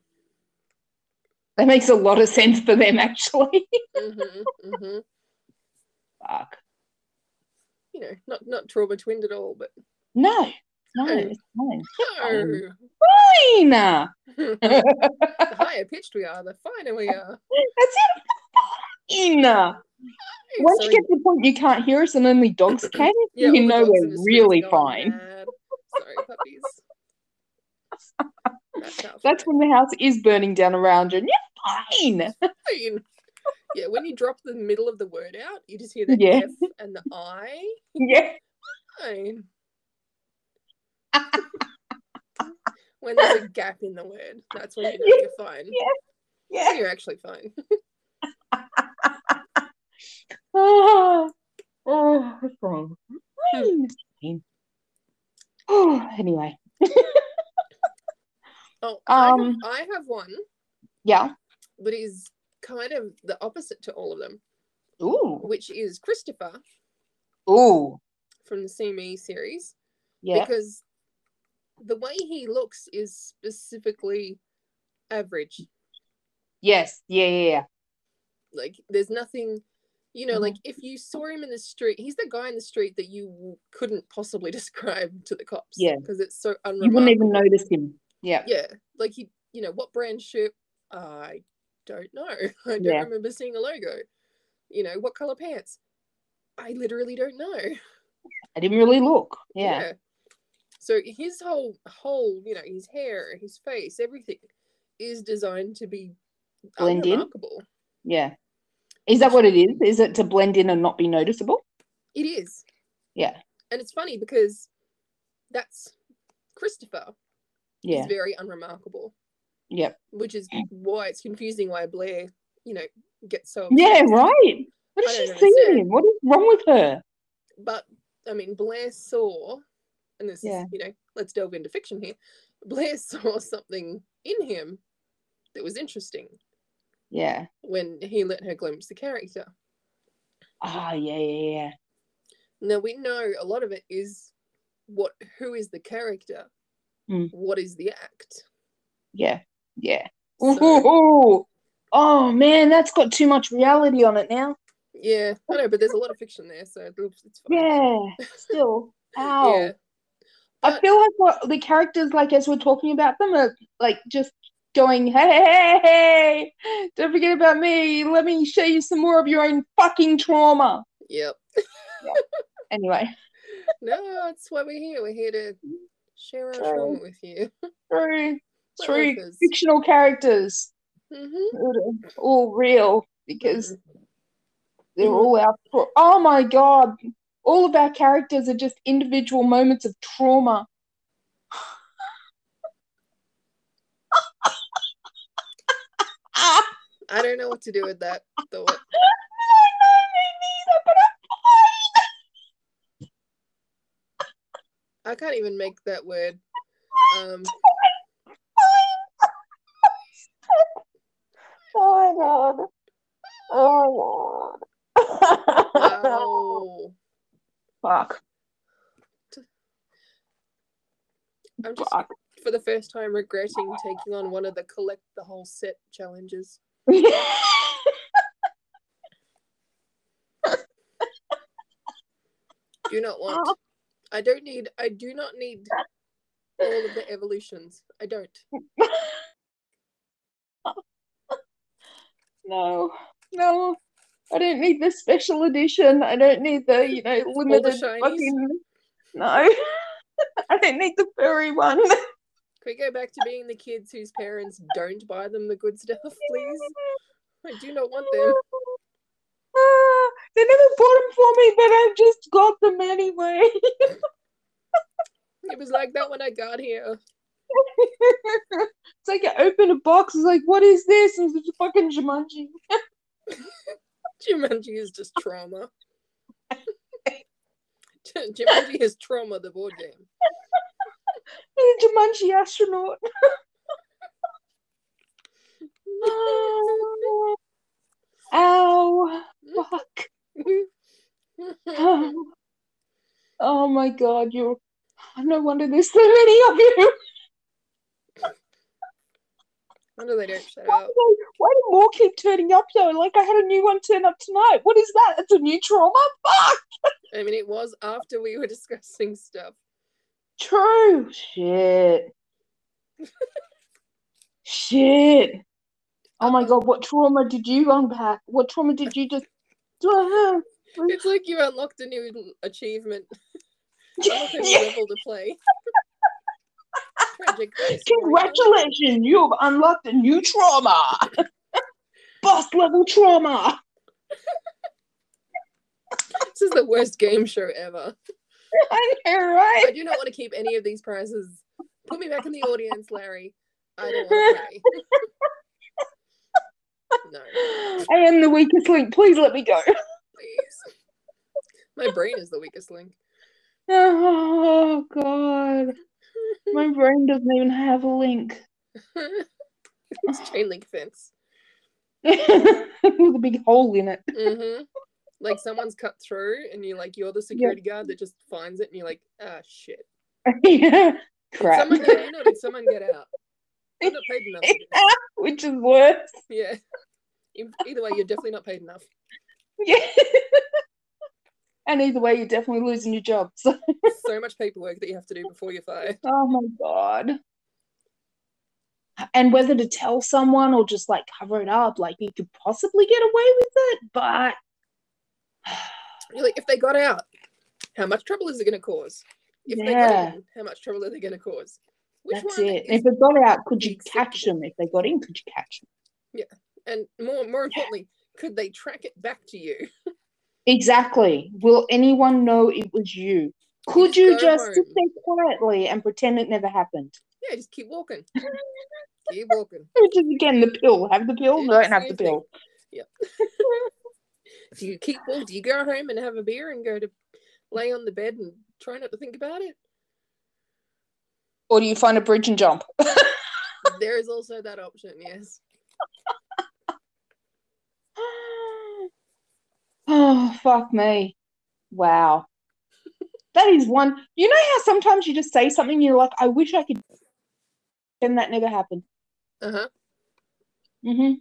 That makes a lot of sense for them, actually.
hmm hmm
Fuck.
You know, not not trauma twinned at all, but
No, no,
Oh.
it's fine.
no.
Fine. uh,
the higher pitched we are, the finer we are.
That's it. Fine. uh.
Hey,
Once you
sorry.
get to the point you can't hear us and only dogs can,
Yeah,
you
all the
know
dogs in the
we're
streets
really
going
fine.
mad. Sorry, puppies. That's how.
That's
fine.
when the house is burning down around you. And you're fine.
Fine. Yeah, when you drop the middle of the word out, you just hear the
Yeah.
F and the I.
yeah.
Fine. when there's a gap in the word, that's when you know
Yeah.
you're fine.
Yeah.
You're actually fine.
Oh, oh, what's wrong? Fine. Fine. Oh, anyway,
Oh, I, have,
Um.
I have one
yeah.
that is kind of the opposite to all of them,
Ooh,
which is Christopher
ooh,
from the See Me series.
yeah,
because the way he looks is specifically average.
yes, yeah, yeah, yeah.
Like there's nothing, you know,
Mhm.
like if you saw him in the street, he's the guy in the street that you w- couldn't possibly describe to the cops.
Yeah.
because it's so
You wouldn't
unremarkable.
even notice him. Yeah,
Yeah, like he, you know, what brand shirt? I don't know. I don't
Yeah.
remember seeing a logo. You know, what color pants? I literally don't know.
I didn't really look. Yeah,
So his whole whole, you know, his hair, his face, everything is designed to be
Blend in?
unremarkable.
Yeah. Is that what it is? Is it to blend in and not be noticeable?
It is.
Yeah.
And it's funny because that's Christopher
Yeah.
is very unremarkable,
Yep.
which is why it's confusing why Blair, you know, gets so
Yeah,
obsessed.
right. What
I
is she
don't understand.
seeing? What is wrong with her?
But I mean, Blair saw, and this
Yeah.
is, you know, let's delve into fiction here. Blair saw something in him that was interesting
Yeah.
when he let her glimpse the character.
Ah, yeah, yeah, yeah.
Now we know a lot of it is what who is the character,
Mm.
what is the act.
Yeah. Yeah.
So,
Ooh. Oh man, that's got too much reality on it now.
yeah, I know, but there's a lot of fiction there, so it's it's fine.
Yeah. Still. Ow.
Yeah.
I
But-
feel like what the characters, like as we're talking about them, are like just going, hey, hey, hey, don't forget about me. Let me show you some more of your own fucking trauma.
Yep.
Anyway,
No, that's why we're here. We're here to share our
Sorry.
trauma with you.
true, true
Because-
fictional characters,
Mhm.
all real because
Mhm.
they're
Mhm.
all out. For, oh my god, all of our characters are just individual moments of trauma.
I don't know what to do with that thought. I can't even make that word. Um,
Oh my god. Oh lord.
wow.
Fuck.
I'm just
Fuck.
for the first time regretting taking on one of the collect the whole set challenges. Do not want. I don't need. I do not need all of the evolutions. I don't.
no. No. I don't need the special edition. I don't need the, you know, limited
shinies?
fucking No. I don't need the furry one.
Can we go back to being the kids whose parents don't buy them the good stuff, please? I do not want them.
Ah, they never bought them for me, but I've just got them anyway.
It was like that when I got here.
it's like I open a box, it's like, what is this? And it's a fucking Jumanji.
Jumanji is just trauma. Ju- Jumanji is trauma, the board game.
Jumanji astronaut. Oh, Ow. Fuck. Oh my god, you're. No wonder there's so many of you.
Wonder they don't shut
Why
up.
do, why do more keep turning up though? Like I had a new one turn up tonight. What is that? It's a new trauma? Fuck!
I mean, it was after we were discussing stuff.
True. Shit. Shit. Oh my god, what trauma did you unpack? What trauma did you just.
It's like you unlocked a new l- achievement. Unlock a new level to play. Tragic. backstory.
Congratulations, you have unlocked a new trauma. Boss level trauma.
This is the worst game show ever.
I know, right?
I do not want to keep any of these prizes. Put me back in the audience, Larry. I don't want to play. no,
I am the weakest link. Please let me go.
please. My brain is the weakest link.
Oh god. My brain doesn't even have a link.
it's chain link fence.
With a big hole in it.
hmm Like someone's cut through, and you're like, you're the security guard that just finds it, and you're like, ah, shit.
yeah.
Did
Crap.
someone get in or did someone get out? I'm not paid enough. for this.
Which is worse.
Yeah. E- Either way, you're definitely not paid enough.
Yeah. and either way, you're definitely losing your job. So,
So much paperwork that you have to do before you're fired.
oh my god. And whether to tell someone or just like cover it up, like you could possibly get away with it, but
You're like, if they got out, how much trouble is it going to cause? If they
Yeah.
got in, how much trouble are they going to cause? Which
That's
one
it.
is-
If it got out, could you
acceptable?
catch them? If they got in, could you catch them?
and more more importantly, could they track it back to you?
Exactly. Will anyone know it was you? Could
Just
you
go
just sit
home.
there quietly and pretend it never happened?
Yeah, just keep walking. keep walking.
Which is again the pill. Have the pill?
Yeah,
Don't have the
same thing.
pill.
Do you keep walking? Do you go home and have a beer and go to lay on the bed and try not to think about it?
Or do you find a bridge and jump?
there is also that option, yes.
Oh, fuck me. Wow. That is one. You know how sometimes you just say something, you're like, I wish I could. And that never happened.
Uh huh.
Mm-hmm.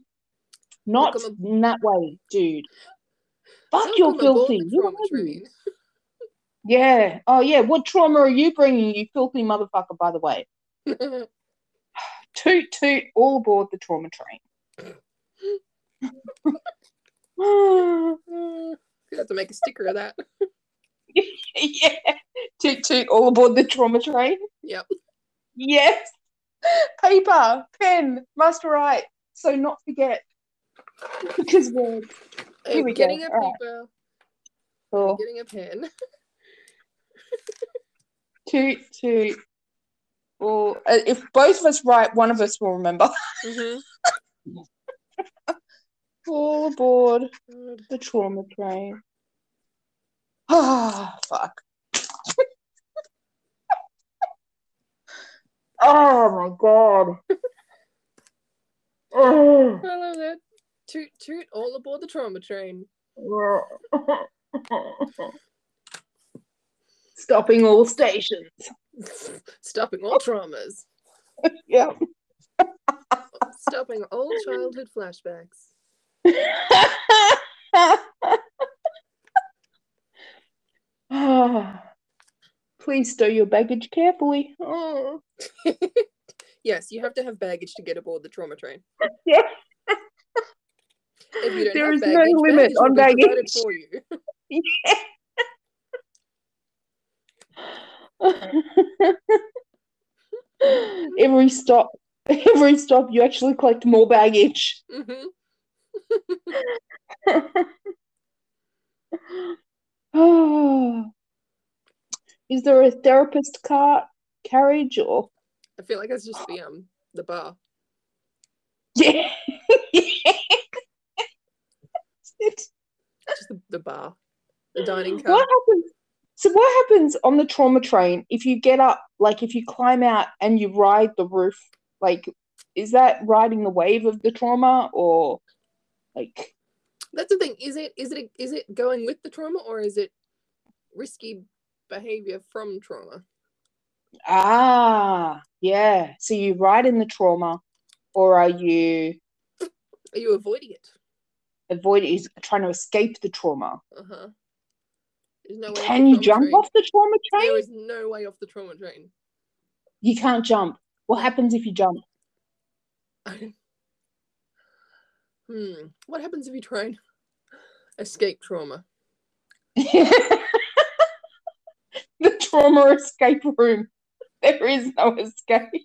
Not
Welcome
in that way, dude. Fuck, you're filthy. You know you. Yeah. Oh, yeah. What trauma are you bringing, you filthy motherfucker, by the way? Toot, toot, all aboard the trauma train.
you have to make a sticker of that.
yeah. Toot, toot, all aboard the trauma train.
Yep.
Yes. Paper, pen, must write. So not forget. Because we're Here we go.
getting a
Alright.
paper,
oh,
getting a pen.
toot, toot. Or uh, if both of us write, one of us will remember. All aboard
God.
the trauma train. Ah, fuck. oh my god. Oh.
I love that. Toot toot, all aboard the trauma train.
Stopping all stations.
Stopping all traumas.
Yep.
Stopping all childhood flashbacks.
Please stow your baggage carefully. Oh.
Yes, you have to have baggage to get aboard the trauma train.
Yeah.
If you don't
There
have
is no
baggage,
limit
baggage will
on
be provided
baggage.
for you.
every stop, every stop, you actually collect more baggage.
Mhm.
Oh. Is there a therapist cart carriage or?
I feel like that's just the um the bar.
Yeah.
Just the, the bar. The dining car.
What happens? So what happens on the trauma train if you get up, like if you climb out and you ride the roof? Like, is that riding the wave of the trauma or like?
That's the thing. Is it is it is it going with the trauma or is it risky behavior from trauma?
Ah, yeah. So you ride in the trauma, or are you
Are you avoiding it?
avoiding, is trying to escape the trauma?
Uh huh. There's no way. off
Can
the
you
trauma
jump
train.
off the trauma
There
train?
is no way off the trauma train.
You can't jump. What happens if you jump?
hmm. What happens if you try and escape trauma?
The trauma escape room. There is no escape.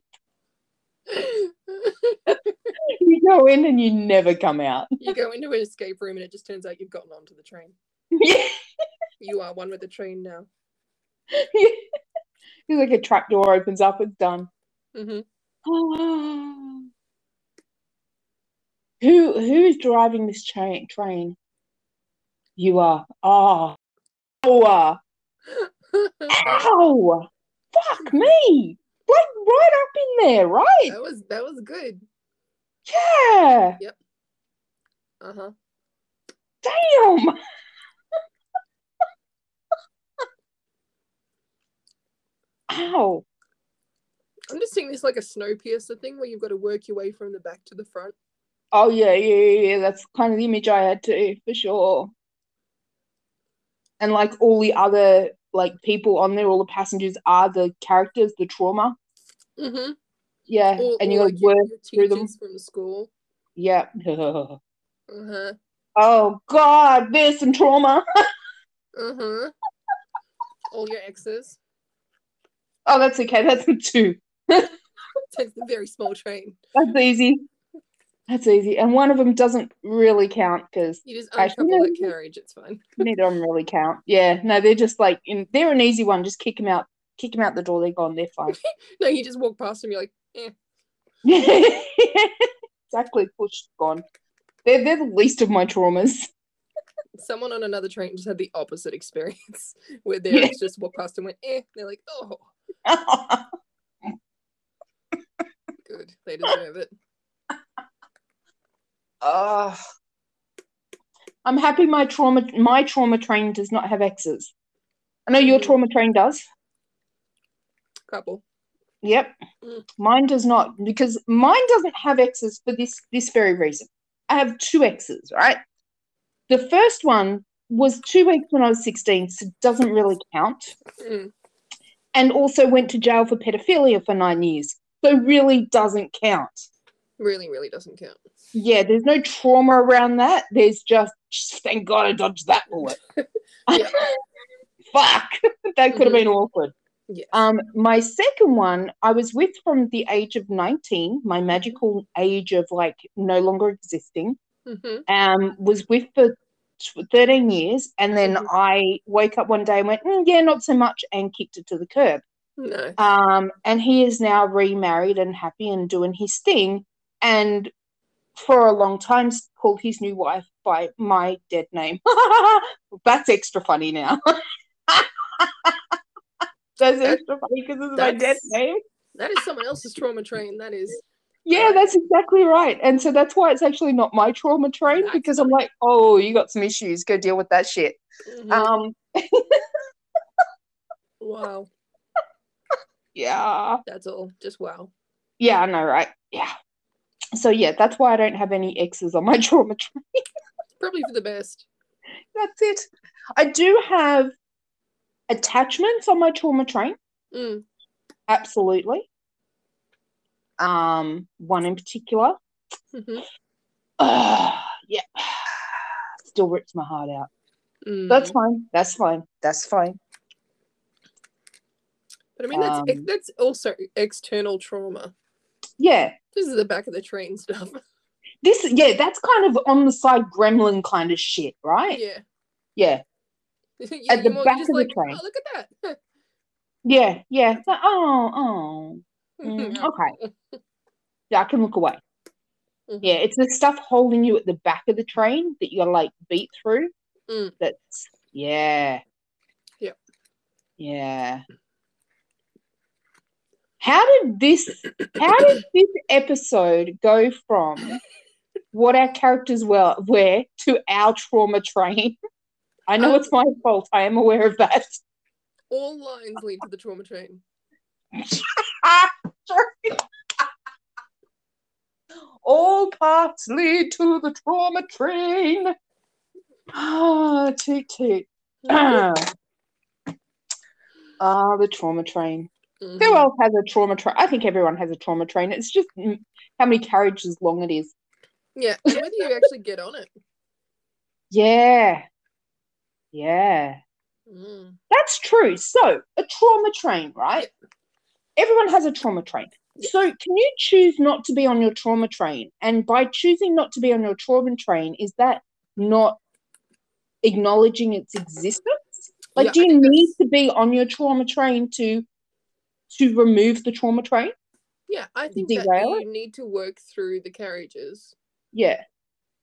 You go in and you never come out.
you go into an escape room and it just turns out you've gotten onto the train.
Yeah.
You are one with the train now.
It's like a trap door opens up, it's done.
hmm
Who who is driving this train? Train. You are. Ah. Oh. Ow. Ow. Fuck me. Right, right up in there, right?
that was that was good.
Yeah.
Uh huh.
Damn. Ow.
I'm just seeing this like a snow piercer thing where you've got to work your way from the back to the front.
Oh yeah, yeah, yeah, yeah. That's kind of the image I had too, for sure. And like all the other like people on there, all the passengers are the characters, the trauma.
Mm-hmm.
Yeah, and you gotta
your,
work. through
your
them.
teachers from school.
Yeah.
Uh huh.
Oh God, there's some trauma.
Uh huh. All your exes.
Oh, that's okay. That's the two.
Takes the very small train.
That's easy. That's easy. And one of them doesn't really count because
You just
Actually,
uncouple
no,
that
you-
carriage. It's fine.
neither of them really count. Yeah, no, they're just like in, they're an easy one. Just kick them out, kick them out the door. They're gone. They're fine.
No, you just walk past them. You're like, eh.
exactly, pushed, gone. They're they're the least of my traumas.
Someone on another train just had the opposite experience where they
Yeah.
just walk past and went, eh. They're like, oh, good. They deserve it.
Ugh. I'm happy my trauma my trauma train does not have X's. I know your
Mm.
trauma train does.
Couple.
Yep.
Mm.
Mine does not because mine doesn't have X's for this this very reason. I have two X's, right? The first one was two weeks when I was 16, so it doesn't really count.
Mm.
And also went to jail for pedophilia for nine years. So really doesn't count.
Really, really doesn't count.
Yeah, there's no trauma around that. There's just, just thank God I dodged that bullet.
Yeah.
Fuck, that could have been awkward.
Yes.
Um, my second one, I was with from the age of 19, my magical age of like no longer existing.
Mhm.
Um, was with for t- 13 years, and then
Mhm.
I woke up one day and went, "Mm, yeah, not so much, and kicked it to the curb.
No.
Um, and he is now remarried and happy and doing his thing, and for a long time called his new wife by my dead name. That's extra funny now. That's extra funny because it's my dead
That's-
name.
That is someone else's trauma train. That is.
Yeah, that's exactly right. And so that's why it's actually not my trauma train
That's
because I'm like, oh, you got some issues. Go deal with that shit.
Mhm.
Um,
wow.
yeah.
That's all. Just wow.
Yeah, I know, right? Yeah. So yeah, that's why I don't have any X's on my trauma train.
Probably for the best.
That's it. I do have attachments on my trauma train.
Mm.
Absolutely. Um, one in particular.
Mhm.
Ugh, yeah. Still rips my heart out.
Mm.
That's fine. That's fine. That's fine.
But I mean, that's
Um,
that's also external trauma.
Yeah.
This is the back of the train stuff.
This yeah, that's kind of on the side gremlin kind of shit, right?
yeah.
Yeah.
You-
At the
you're more- you're
back
just
of the
like,
train.
Oh, look at that.
Yeah. Yeah. It's like, oh, oh. Mm,
Mm-hmm.
okay. Yeah, I can look away.
Mhm.
Yeah, it's the stuff holding you at the back of the train that you're like beat through.
Mm.
That's yeah.
Yep.
Yeah. How did this how did this episode go from what our characters were were to our trauma train? I know
Uh,
it's my fault. I am aware of that.
All lines lead to the trauma train.
All paths lead to the trauma train. Ah, toot toot.
Mm-hmm.
ah, the trauma train.
Mhm.
Who else has a trauma train? I think everyone has a trauma train. It's just mm, how many carriages long it is.
Yeah. And whether you actually get on it.
Yeah. Yeah.
Mm.
That's true. So, a trauma train, right? Everyone has a trauma train. So, can you choose not to be on your trauma train? And by choosing not to be on your trauma train, is that not acknowledging its existence? Like,
Yeah,
do
I
you
think
need
that's-
to be on your trauma train to to remove the trauma train?
Yeah, I think
Derail
that you need to work through the carriages.
Yeah,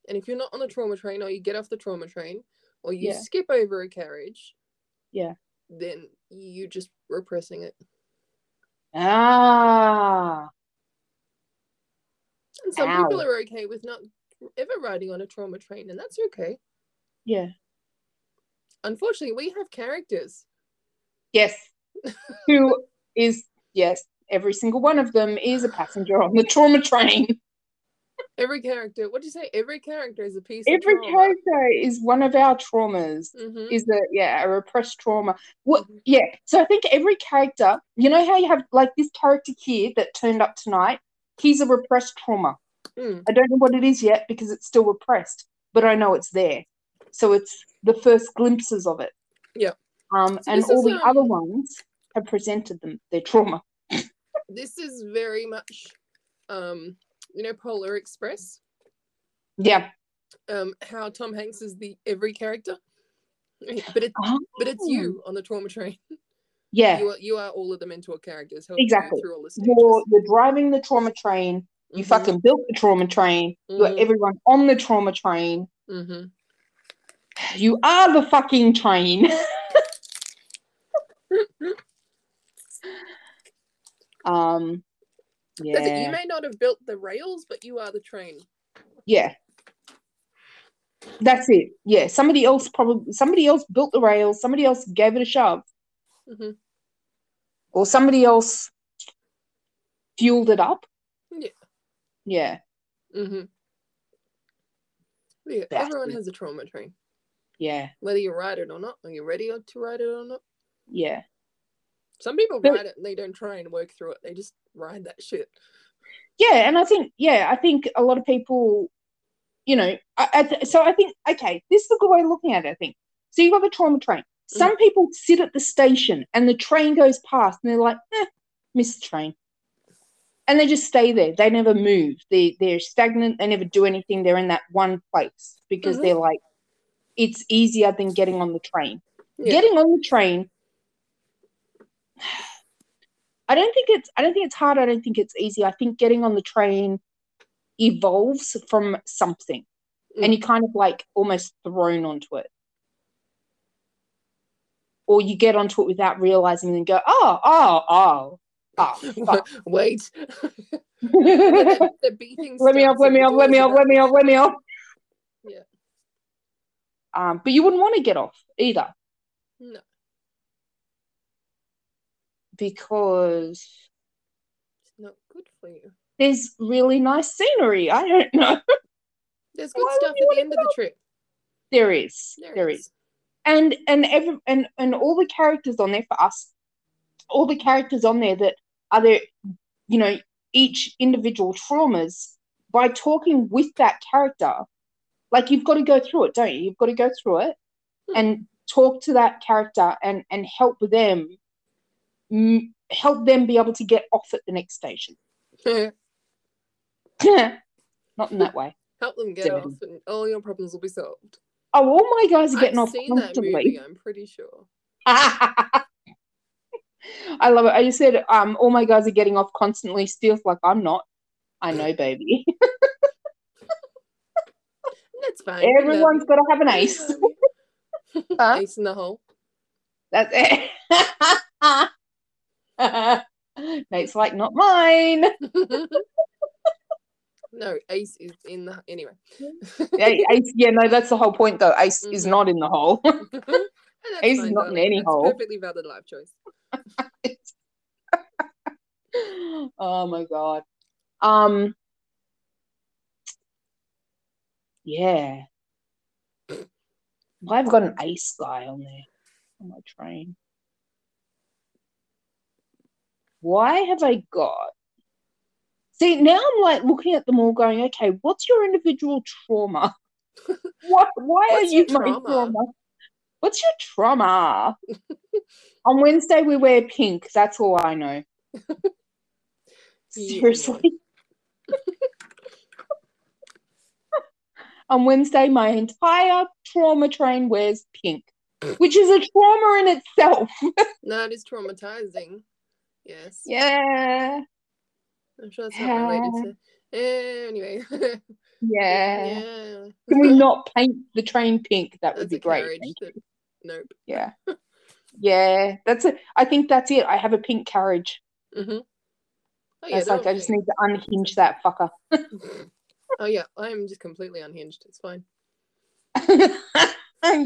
And if you're not on the trauma train or you get off the trauma train or you
Yeah.
skip over a carriage,
Yeah.
then you're just repressing it.
Ah,
And some people
Ow.
are okay with not ever riding on a trauma train, and that's okay.
yeah,
Unfortunately, we have characters.
yes. Who is yes? Every single one of them is a passenger on the trauma train.
Every character, what do you say? Every character is a piece
Every
of trauma.
character is one of our traumas.
Mhm.
Is a yeah a repressed trauma? What
Mhm.
yeah? So I think every character, you know how you have like this character here that turned up tonight. He's a repressed trauma.
Mm.
I don't know what it is yet because it's still repressed, but I know it's there. So it's the first glimpses of it.
Yeah.
Um,
So
and
this
all
is,
the other
um,
ones have presented them their trauma.
this is very much, um, you know, Polar Express.
Yeah.
Um, how Tom Hanks is the every character, but it's but it's you
Hmm.
on the trauma train.
Oh. Yeah.
You are you are all of the mentor characters. helping you
Exactly.
Through all the stages.
You're, you're driving the trauma train. You
Mhm,
fucking built the trauma train.
Mhm.
You're everyone on the trauma train.
mhm.
You are the fucking train. um, yeah.
That's it. You may not have built the rails, but you are the train.
Yeah. That's it. Yeah. Somebody else probably somebody else built the rails, somebody else gave it a shove,
hmm
or somebody else fueled it up.
Yeah.
Yeah.
hmm Yeah,
That's
everyone
it.
has a trauma train,
Yeah.
whether you ride it or not. Are you ready to ride it or not?
Yeah.
Some people
But-
ride it and they don't try and work through it. They just ride that shit.
Yeah. And I think, yeah, I think a lot of people, you know, I, I th- so I think, okay, this is a good way of looking at it, I think. So you've got the trauma train. Some people sit at the station and the train goes past and they're like, eh, miss the train. And they just stay there. They never move. They they're stagnant. They never do anything. They're in that one place because
Mhm.
they're like, it's easier than getting on the train.
Yeah.
Getting on the train. I don't think it's I don't think it's hard. I don't think it's easy. I think getting on the train evolves from something.
Mm.
And you kind of like almost thrown onto it. Or you get onto it without realizing and go, oh, oh, oh, oh. fuck."
Wait.
let
the, the beating
me up,
starts
let
and
me
the
up, let
doors
me up,
are
let me up, let me up.
Yeah.
Um, but you wouldn't want to get off either.
No.
Because
not good for you.
there's really nice scenery. I don't know.
There's good
Why would
stuff
you
at the
wanna
end of the trip.
There is.
There,
there
it
is. and and every and and all the characters on there for us, all the characters on there that are there, you know, each individual traumas. By talking with that character, like you've got to go through it, don't you? You've got to go through it
Hmm.
and talk to that character and and help them, m- help them be able to get off at the next station.
is.
Not in that way.
Help them get
Dirty.
off, and all your problems will be solved.
Oh, all my guys are getting
I've
off
seen that
comfortably.
movie. I'm pretty sure.
I love it. I just said, um, all my guys are getting off constantly. Steel's like, I'm not. I know, baby.
That's fine. we love
Everyone's
you.
got to have an
We
ace.
love you.
Huh?
Ace in the hole.
That's it. Nate's like, not mine.
no, ace is in the anyway.
Hey, ace, yeah, no, that's the whole point, though. Ace is
Mhm.
not in the hole.
And that's
Ace is
fine,
not in
darling.
any
That's
hole.
Perfectly valid life choice.
oh my god. Um. Yeah. Well, I've got an ace guy on there on my train. Why have I got? See, now I'm like looking at them all, going, "Okay, what's your individual trauma? what? Why are
What's
you
your
my
trauma?
trauma? What's your trauma?" on Wednesday we wear pink. That's all I know.
Yeah.
Seriously. on Wednesday, my entire trauma train wears pink, which is a trauma in itself.
No, it is traumatizing. Yes.
Yeah.
I'm sure that's not related to. Eh, Anyway.
Yeah.
yeah.
Can we not paint the train pink? That would
That's
be
a
great.
carriage.
Thank
That... Nope.
you. Yeah. Yeah. That's it. I think that's it. I have a pink carriage.
Mm-hmm. Oh, yeah,
That's
they're
like
all
I just
pink.
need to unhinge that fucker.
oh, yeah. I'm just completely unhinged. It's fine.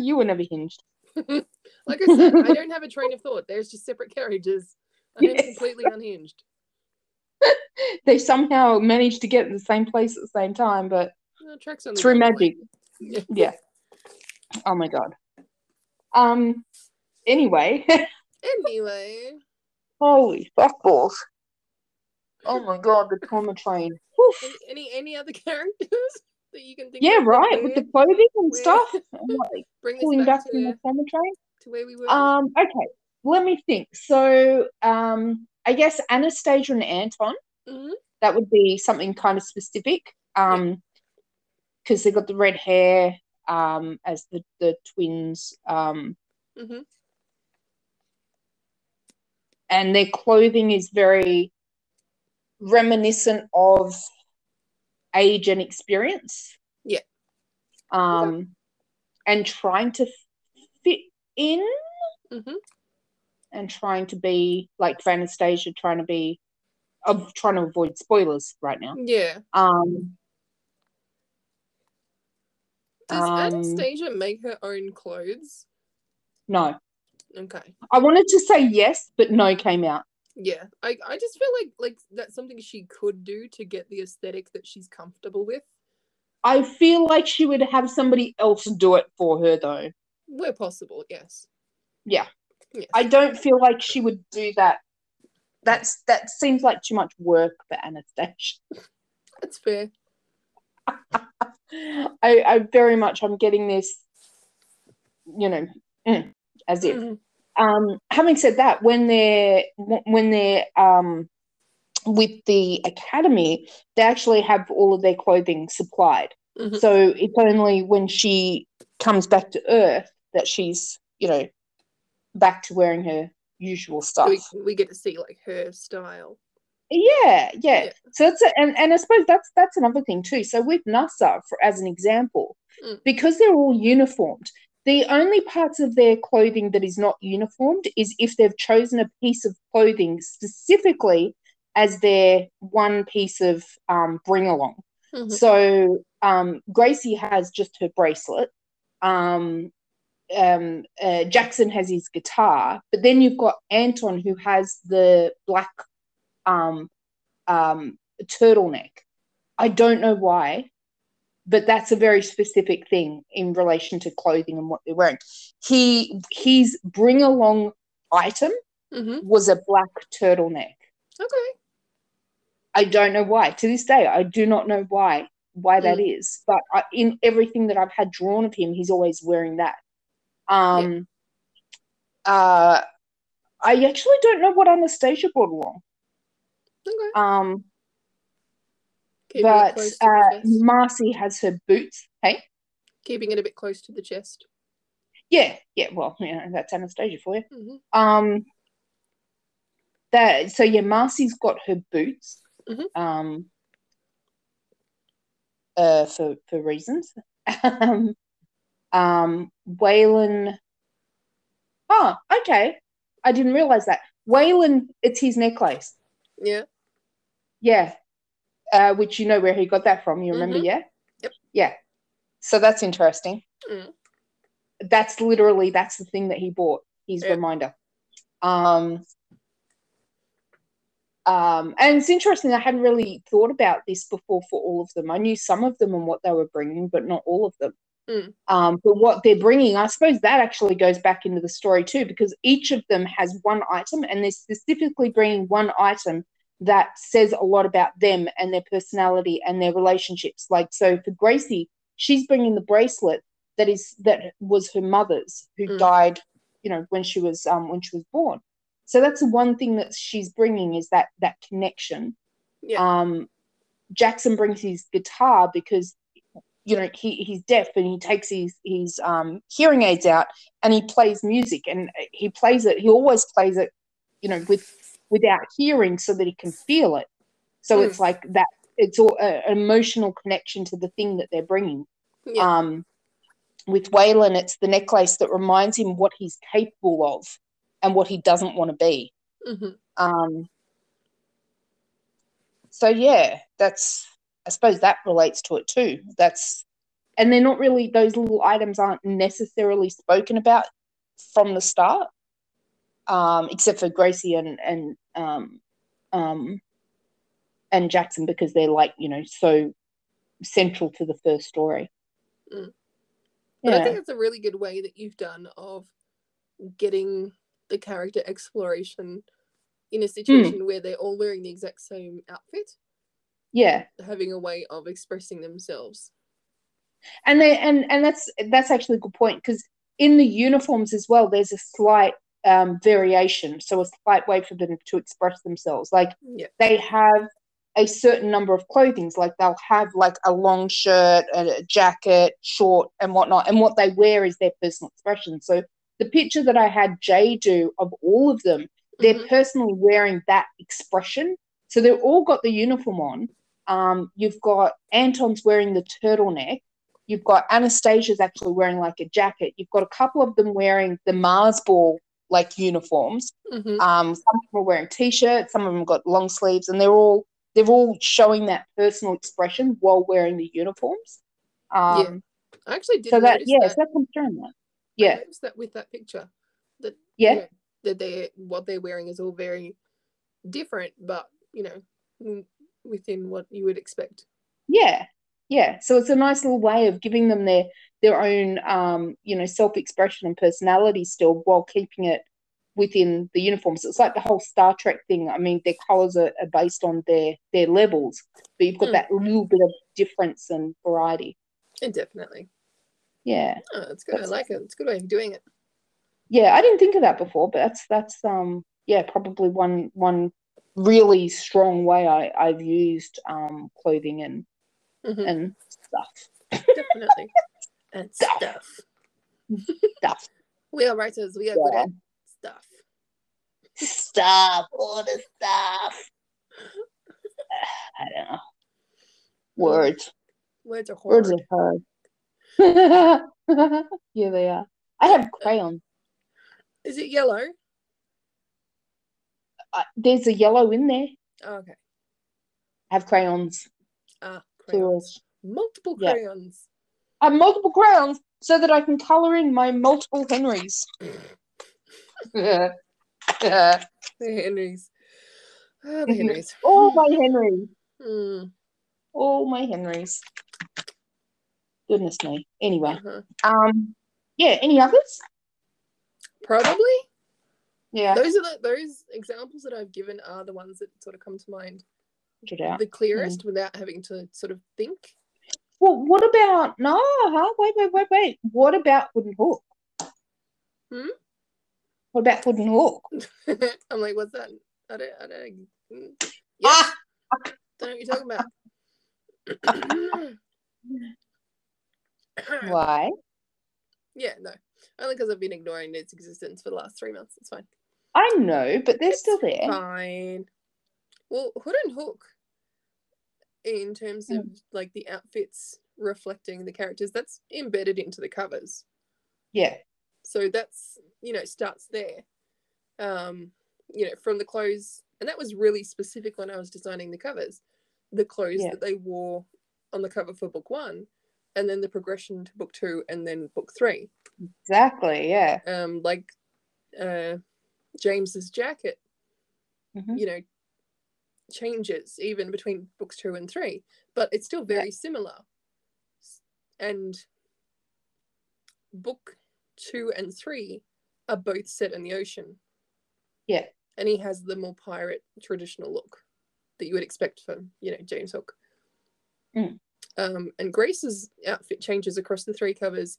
you were never hinged.
Like I said, I don't have a train of thought. There's just separate carriages. I'm
Yes.
completely unhinged.
They somehow managed to get in the same place at the same time, but
No, tracks on the
through
motorway.
magic.
Yeah.
Yeah. Oh my god. Um. Anyway,
Anyway.
holy fuckballs. Oh my god, the trauma train. Oof.
Any, any any other characters that you can think
Yeah,
of? that
right. With
we're-
the clothing and
we're
stuff. I'm like
Bring this
pulling
back
back
to,
from the trauma train.
to where we were.
Um. Okay. let me think. So, um, I guess Anastasia and Anton,
Mhm.
that would be something kind of specific. Um, because they got the red hair, um, as the, the twins, um,
Mhm.
and their clothing is very reminiscent of age and experience.
Yeah.
Um, and trying to fit in
Mhm.
and trying to be like for Anastasia, trying to be, I'm trying to avoid spoilers right now.
Yeah.
Um,
Does
Um,
Anastasia make her own clothes?
no,
Okay.
I wanted to say yes, but no came out.
Yeah. I, I just feel like like that's something she could do to get the aesthetic that she's comfortable with
I feel like she would have somebody else do it for her though.
where possible. Yes.
Yeah.
Yes.
I don't feel like she would do that. That's that seems like too much work for Anastasia.
That's fair.
I, I very much I'm getting this, you know, mm, as if.
Mhm.
Um, having said that, when they're when they're um, with the academy, they actually have all of their clothing supplied.
Mhm.
So it's only when she comes back to Earth that she's, you know, back to wearing her usual stuff.
We, we get to see like her style.
Yeah, yeah.
Yeah.
So that's a, and and I suppose that's that's another thing too. So with NASA, for as an example,
Mm.
because they're all uniformed, the only parts of their clothing that is not uniformed is if they've chosen a piece of clothing specifically as their one piece of um, bring along.
Mhm.
So um, Gracie has just her bracelet. Um, um, uh, Jackson has his guitar, but then you've got Anton who has the black um, um, turtleneck. I don't know why, but that's a very specific thing in relation to clothing and what they're wearing. He his bring along item
Mhm.
was a black turtleneck.
Okay.
I don't know why. To this day, I do not know why why that is. But I, in everything that I've had drawn of him, he's always wearing that. Um, uh, I actually don't know what Anastasia brought along.
Okay.
Um,
Keeping it
but
close to
uh,
the chest.
Marcy has her boots. Hey,
Keeping it a bit close to the chest.
yeah, yeah. Well, you know that's Anastasia for you.
hmm
Um, that so yeah, Marcy's got her boots.
Mhm.
Um, uh, for for reasons. um, um, Waylon. Oh, okay. I didn't realize that. Waylon, it's his necklace.
Yeah.
Yeah. Uh, which you know where he got that from. You remember,
Mhm.
yeah?
Yep.
Yeah. So that's interesting.
Mm.
That's literally that's the thing that he bought. His
Yeah.
reminder. Um. Um, and it's interesting. I hadn't really thought about this before for all of them. I knew some of them and what they were bringing, but not all of them.
Mm.
Um, but what they're bringing, I suppose that actually goes back into the story too, because each of them has one item, and they're specifically bringing one item that says a lot about them and their personality and their relationships. Like, so for Gracie, she's bringing the bracelet that is that was her mother's, who
Mm.
died, you know, when she was um, when she was born. So that's the one thing that she's bringing is that that connection.
Yeah.
Um, Jackson brings his guitar because you know he, he's deaf and he takes his his um, hearing aids out and he plays music and he plays it. He always plays it, you know, with without hearing so that he can feel it. So
Mm.
it's like that. It's all a, an emotional connection to the thing that they're bringing.
Yeah.
Um, with Waylon, it's the necklace that reminds him what he's capable of and what he doesn't want to be.
hmm
Um, so yeah, that's I suppose that relates to it too. That's and they're not really those little items aren't necessarily spoken about from the start, um, except for Gracie and and um, um, and Jackson because they're like you know so central to the first story.
Mm. But I
Yeah,
think it's a really good way that you've done of getting the character exploration in a situation where they're all wearing the exact same outfit,
yeah,
having a way of expressing themselves.
and they and and that's that's actually a good point because in the uniforms as well, there's a slight um, variation, so a slight way for them to express themselves. Like
Yeah.
they have a certain number of clothings, like they'll have like a long shirt, a a jacket, short, and whatnot. And what they wear is their personal expression. So the picture that I had Jay do of all of them, they're
Mhm.
personally wearing that expression. So they've all got the uniform on. Um, you've got Anton's wearing the turtleneck. You've got Anastasia's actually wearing like a jacket. You've got a couple of them wearing the Mars ball like uniforms.
Mhm.
Um, some of them are wearing t-shirts. Some of them got long sleeves, and they're all they're all showing that personal expression while wearing the uniforms. Um,
I actually did
so that
notice
yeah,
that.
so that comes during that.
I
Yeah,
noticed that with that picture that
yeah,
yeah, that they what they're wearing is all very different, but you know, mm, within what you would expect.
yeah, yeah. So it's a nice little way of giving them their their own um, you know self-expression and personality still while keeping it within the uniforms. It's like the whole Star Trek thing. I mean, their colors are, are based on their their levels, but you've got
Hmm.
that little bit of difference and variety.
And definitely,
Yeah.
oh, it's good. I
That's-
like it. It's a good way of doing it.
Yeah, I didn't think of that before, but that's that's um yeah, probably one one really strong way I, I've used um clothing and
Mhm.
and stuff.
definitely, and stuff.
Stuff.
We are writers. We are good
Yeah.
at stuff.
Stuff, all the stuff. I don't know. Words.
Words are
Words
horrid.
are hard. yeah, they are. I have crayons.
Is it yellow?
Uh, there's a yellow in there.
Oh, okay.
I have crayons.
Ah, crayons.
Crayons.
Multiple
Yeah.
crayons.
I have multiple crayons so that I can color in my multiple Henrys. Yeah. Yeah.
The Henrys. Ah,
Mm-hmm.
the Henrys.
All my Henrys.
Hmm.
All my Henrys. Goodness me. Anyway.
Uh-huh.
Um yeah, any others?
Probably.
Yeah.
Those are the those examples that I've given are the ones that sort of come to mind
Get it out.
the clearest without having to sort of think.
Well, what about no, huh? Wait, wait, wait, wait. What about Wooden Hook?
Hmm?
What about Wooden Hook?
I'm like, what's that? I don't, I don't, mm, Yeah.
Ah!
don't know what you're talking about.
Why?
yeah, no, only because I've been ignoring its existence for the last three months. It's fine.
I know, but they're
It's
still there.
Fine. Well, hood and hook, in terms of like the outfits reflecting the characters, that's embedded into the covers.
Yeah.
so that's you know starts there um you know from the clothes and that was really specific when i was designing the covers the clothes
Yeah.
that they wore on the cover for book one and then the progression to book two and then book three
Exactly. Yeah.
um like uh james's jacket
Mhm.
you know changes even between books two and three but it's still very similar S- and book two and three are both set in the ocean
Yeah.
and he has the more pirate traditional look that you would expect from you know james hook
Mm.
um, and grace's outfit changes across the three covers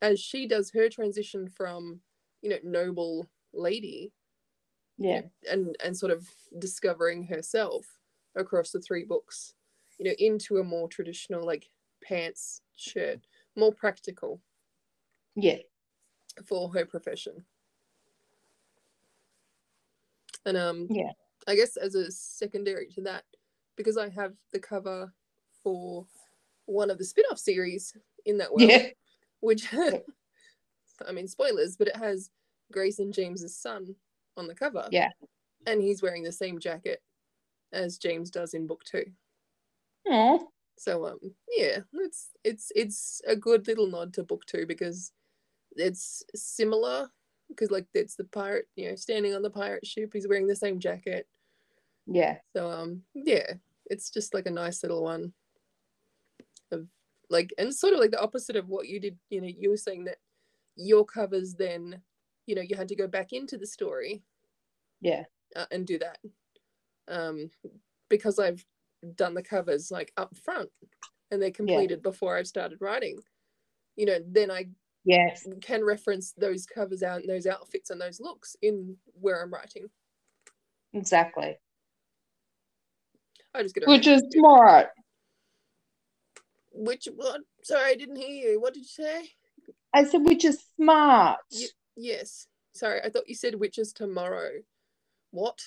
as she does her transition from you know noble lady
Yeah.
and and sort of discovering herself across the three books you know into a more traditional like pants shirt more practical
Yeah.
for her profession and um
Yeah.
i guess as a secondary to that because i have the cover for one of the spin-off series in that world
Yeah.
which I mean spoilers, but it has Grace and James's son on the cover.
Yeah.
And he's wearing the same jacket as James does in book two.
Aw.
So um yeah, it's it's it's a good little nod to book two because it's similar because like it's the pirate, you know, standing on the pirate ship, he's wearing the same jacket.
Yeah.
So um yeah, it's just like a nice little one of like and sort of like the opposite of what you did, you know, you were saying that your covers then, you know, you had to go back into the story
Yeah.
uh, and do that. Um because I've done the covers like up front and they're completed before I've started writing. You know, then I
Yes.
can reference those covers out and those outfits and those looks in where I'm writing.
Exactly.
I just get a
Which is
random-
smart.
which what? Sorry, I didn't hear you. What did you say?
I said, which is smart.
Y- yes. Sorry, I thought you said witches tomorrow. What?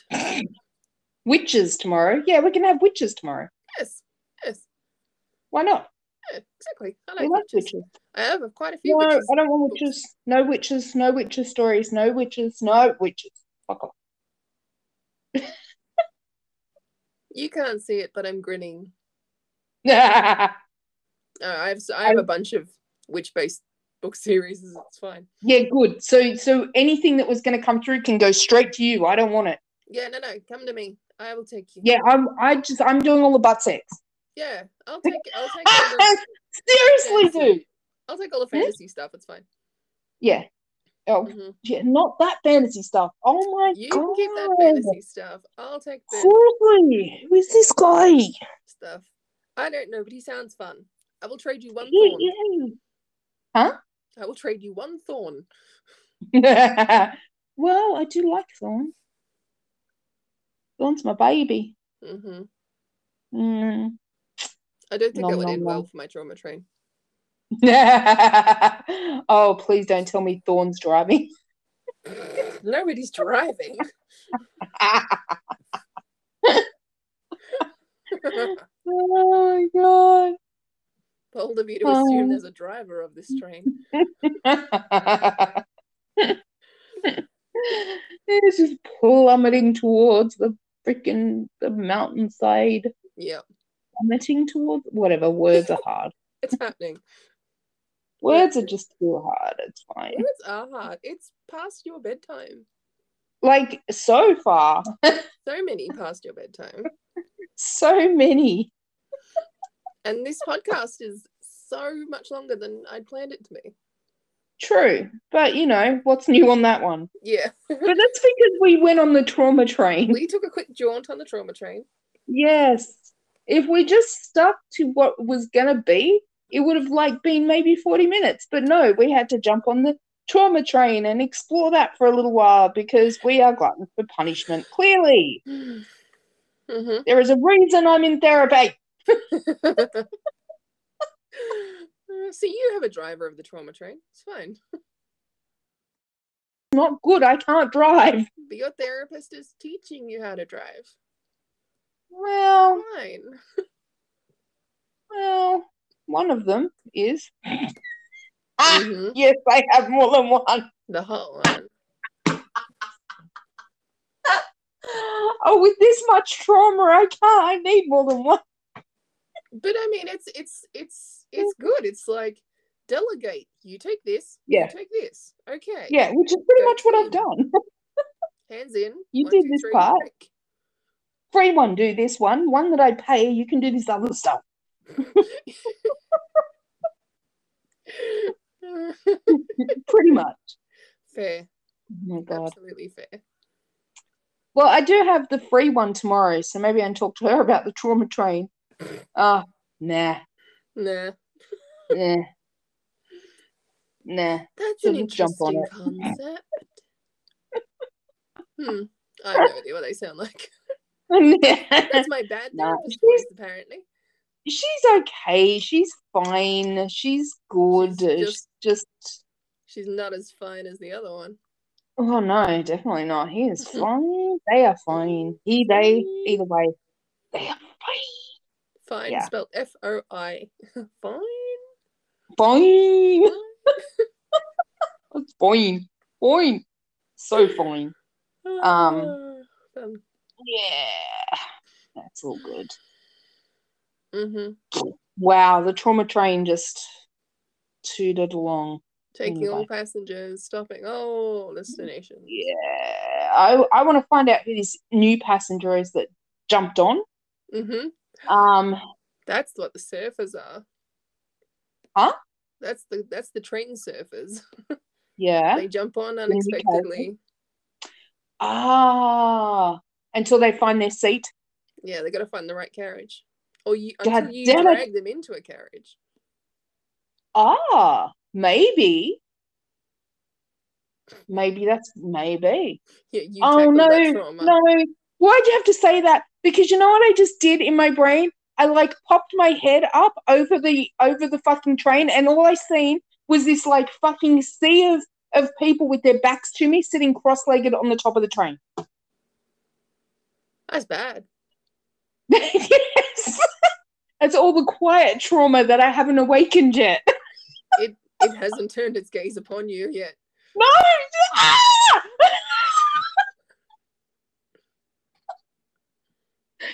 Witches tomorrow. Yeah, we can have witches tomorrow.
Yes. Yes.
Why not?
Yeah, exactly. I
We
like
love
witches.
witches.
I have quite a few
No,
witches.
I don't want
books.
witches. No witches. No witches stories. No witches. No witches. Fuck off.
You can't see it, but I'm grinning.
yeah,
Uh, I have s- I have a bunch of witch based book series. It's fine.
good. So, so anything that was going to come through can go straight to you. I don't want it.
Yeah, no, no, come to me. I will take you.
Yeah, I'm. I just. I'm doing all the butt sex.
yeah. I'll take. I'll take. All the,
Seriously,
Fantasy.
dude.
I'll take all the
Yeah.
fantasy stuff. It's fine.
Yeah. Oh,
Mhm.
yeah. Not that fantasy stuff. Oh my
You
god.
can keep that fantasy stuff. I'll take the
Seriously, who is this guy?
stuff. I don't know, but he sounds fun. I will trade you one
He
thorn.
is.
I will trade you one thorn.
well, I do like Thorn. Thorn's my baby.
hmm
Mm.
I don't think
Nom,
that would
nom,
end well
nom.
for my trauma train.
oh, please don't tell me Thorn's driving.
Nobody's driving.
oh my
Bold of you to assume
Oh.
there's a driver of this train.
god. it's just plummeting towards the freaking the mountainside.
Yeah,
Plummeting towards whatever words are hard.
it's happening.
Words are just too hard. It's fine.
Words are hard. It's past your bedtime.
Like so far,
So many past your bedtime.
so many.
And this podcast is so much longer than I'd planned it to be.
True, but you know what's new on that one.
Yeah.
But that's because we went on the trauma train.
we took a quick jaunt on the trauma train.
Yes. If we just stuck to what was gonna be, it would have like been maybe 40 minutes. But no, we had to jump on the trauma train and explore that for a little while because we are gluttons for punishment. Clearly,
hmm
there is a reason I'm in therapy.
so you have a driver of the trauma train. It's fine.
It's not good. I can't drive.
But your therapist is teaching you how to drive.
Well,
Fine.
well, one of them is. Ah,
Mhm.
yes, I have more than one.
The hot one.
Oh, with this much trauma, I can't. I need more than one.
But I mean, it's it's it's it's good. It's like delegate. You take this.
Yeah.
You take this. Okay.
Yeah, which is pretty much what I've done.
Hands in.
You
One,
did
two,
this
three,
part.
break.
free one do this one one that i pay you can do this other stuff pretty much
fair.
oh my god
Absolutely fair.
well i do have the free one tomorrow so maybe i can talk to her about the trauma train oh nah
Nah.
nah nah
That's an
Shouldn't jump on
interesting concept. hmm. I have no idea what they sound like. That's my bad
Nah.
therapist voice, apparently.
she's okay she's fine she's good
She's
She's just
She's not as fine as the other one.
oh no definitely not he is fine they are fine he they either way they are
Fine,
Yeah.
spelled F O I. Fine.
fine That's fine. Fine. So fine. Um,
um
Yeah. That's all good.
mhm.
Wow, the trauma train just tooted along.
taking
anyway.
all passengers, stopping all destinations.
Yeah. I, I want to find out who this new passenger is that jumped on.
Mm-hmm.
Um,
That's what the surfers are.
Huh?
That's the that's the train surfers.
yeah.
They jump on
be
unexpectedly.
Ah. Until they find their seat.
Yeah, they gotta find the right carriage. Or you
God
until you
damn it.
drag them into a carriage.
Ah, maybe. Maybe that's maybe.
Yeah, you
Oh,
tackle
no,
that trauma.
No, why'd you have to say that? Because you know what I just did in my brain? I like popped my head up over the over the fucking train and all I seen was this like fucking sea of of people with their backs to me sitting cross-legged on the top of the train.
That's bad.
yes. That's all the quiet trauma that I haven't awakened yet.
It hasn't turned its gaze upon you yet.
No! Ah!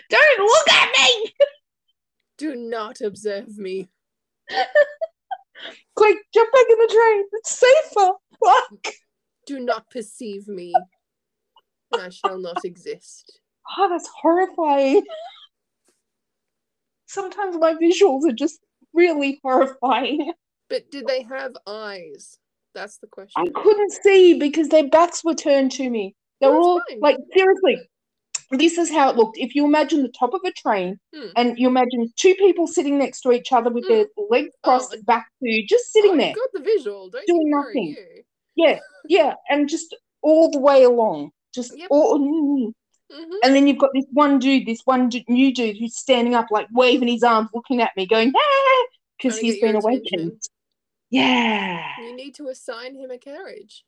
Don't look at me!
Do not observe me.
Quick, jump back in the train. It's safer. Fuck.
Do not perceive me. I shall not exist.
Oh, that's horrifying. Sometimes my visuals are just really horrifying.
But did they have eyes? That's the question. Oh,
I couldn't see because their backs were turned to me. They were
That's
all
fine.
like seriously. This is how it looked. If you imagine the top of a train
Hmm.
and you imagine two people sitting next to each other with their legs crossed
and-
back to you, just sitting
Oh,
there.
You got the visual. Don't
Doing
you worry,
nothing.
you.
Yeah, yeah, and just all the way along. Just
Yep.
all mm,
Mhm.
and then you've got this one dude, this one du- new dude who's standing up, like waving his arms, looking at me, going, ah, because
Trying to
he's
get your
been
attention.
awakened. Yeah.
You need to assign him a carriage.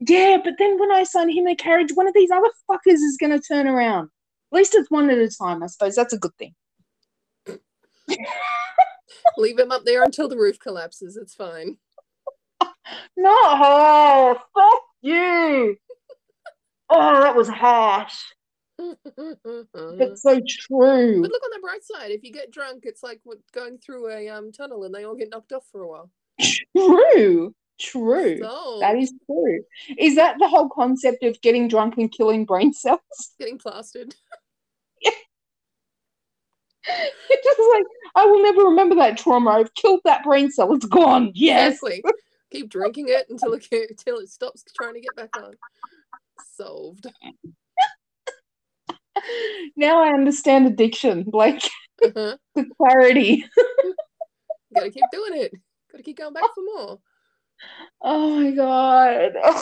Yeah, but then when I sign him a carriage, one of these other fuckers is going to turn around. At least it's one at a time, I suppose. That's a good thing.
Leave him up there until the roof collapses. It's fine.
No, oh, fuck you. Oh, that was harsh, but
but
so true.
look on the bright side. If you get drunk, it's like what- going through a um, tunnel and they all get knocked off for a while.
True, true.
So,
That is true. Is that the whole concept of getting drunk and killing brain cells?
getting plastered.
It's just like, I will never remember that trauma. I've killed that brain cell. It's gone. Yes.
Exactly. Keep drinking it until it ca- until it stops trying to get back on. Solved.
Now I understand addiction. Like,
Uh-huh.
the clarity.
Gotta keep doing it. Gotta keep going back for more.
Oh my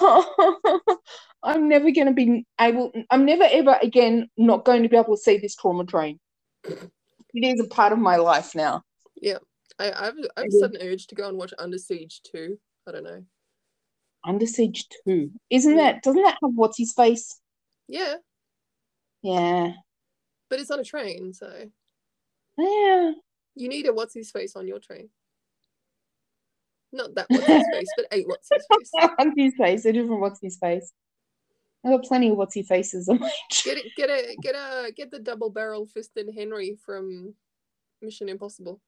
God. I'm never going to be able, I'm never ever again not going to be able to see this trauma train. It is a part of my life now.
I, I've I've
Yeah.
sudden urge to go and watch Under Siege 2. I don't know.
Under Siege 2. Isn't
Yeah.
that, doesn't that have what's his face?
Yeah,
Yeah.
but it's on a train, so
Yeah.
you need a what's his face on your train. Not that what's his face, but a what's his face.
What's his face? A different what's his face. I've got plenty of what's his faces on my
Get it, get a get a get the double barrel fisted Henry from Mission Impossible.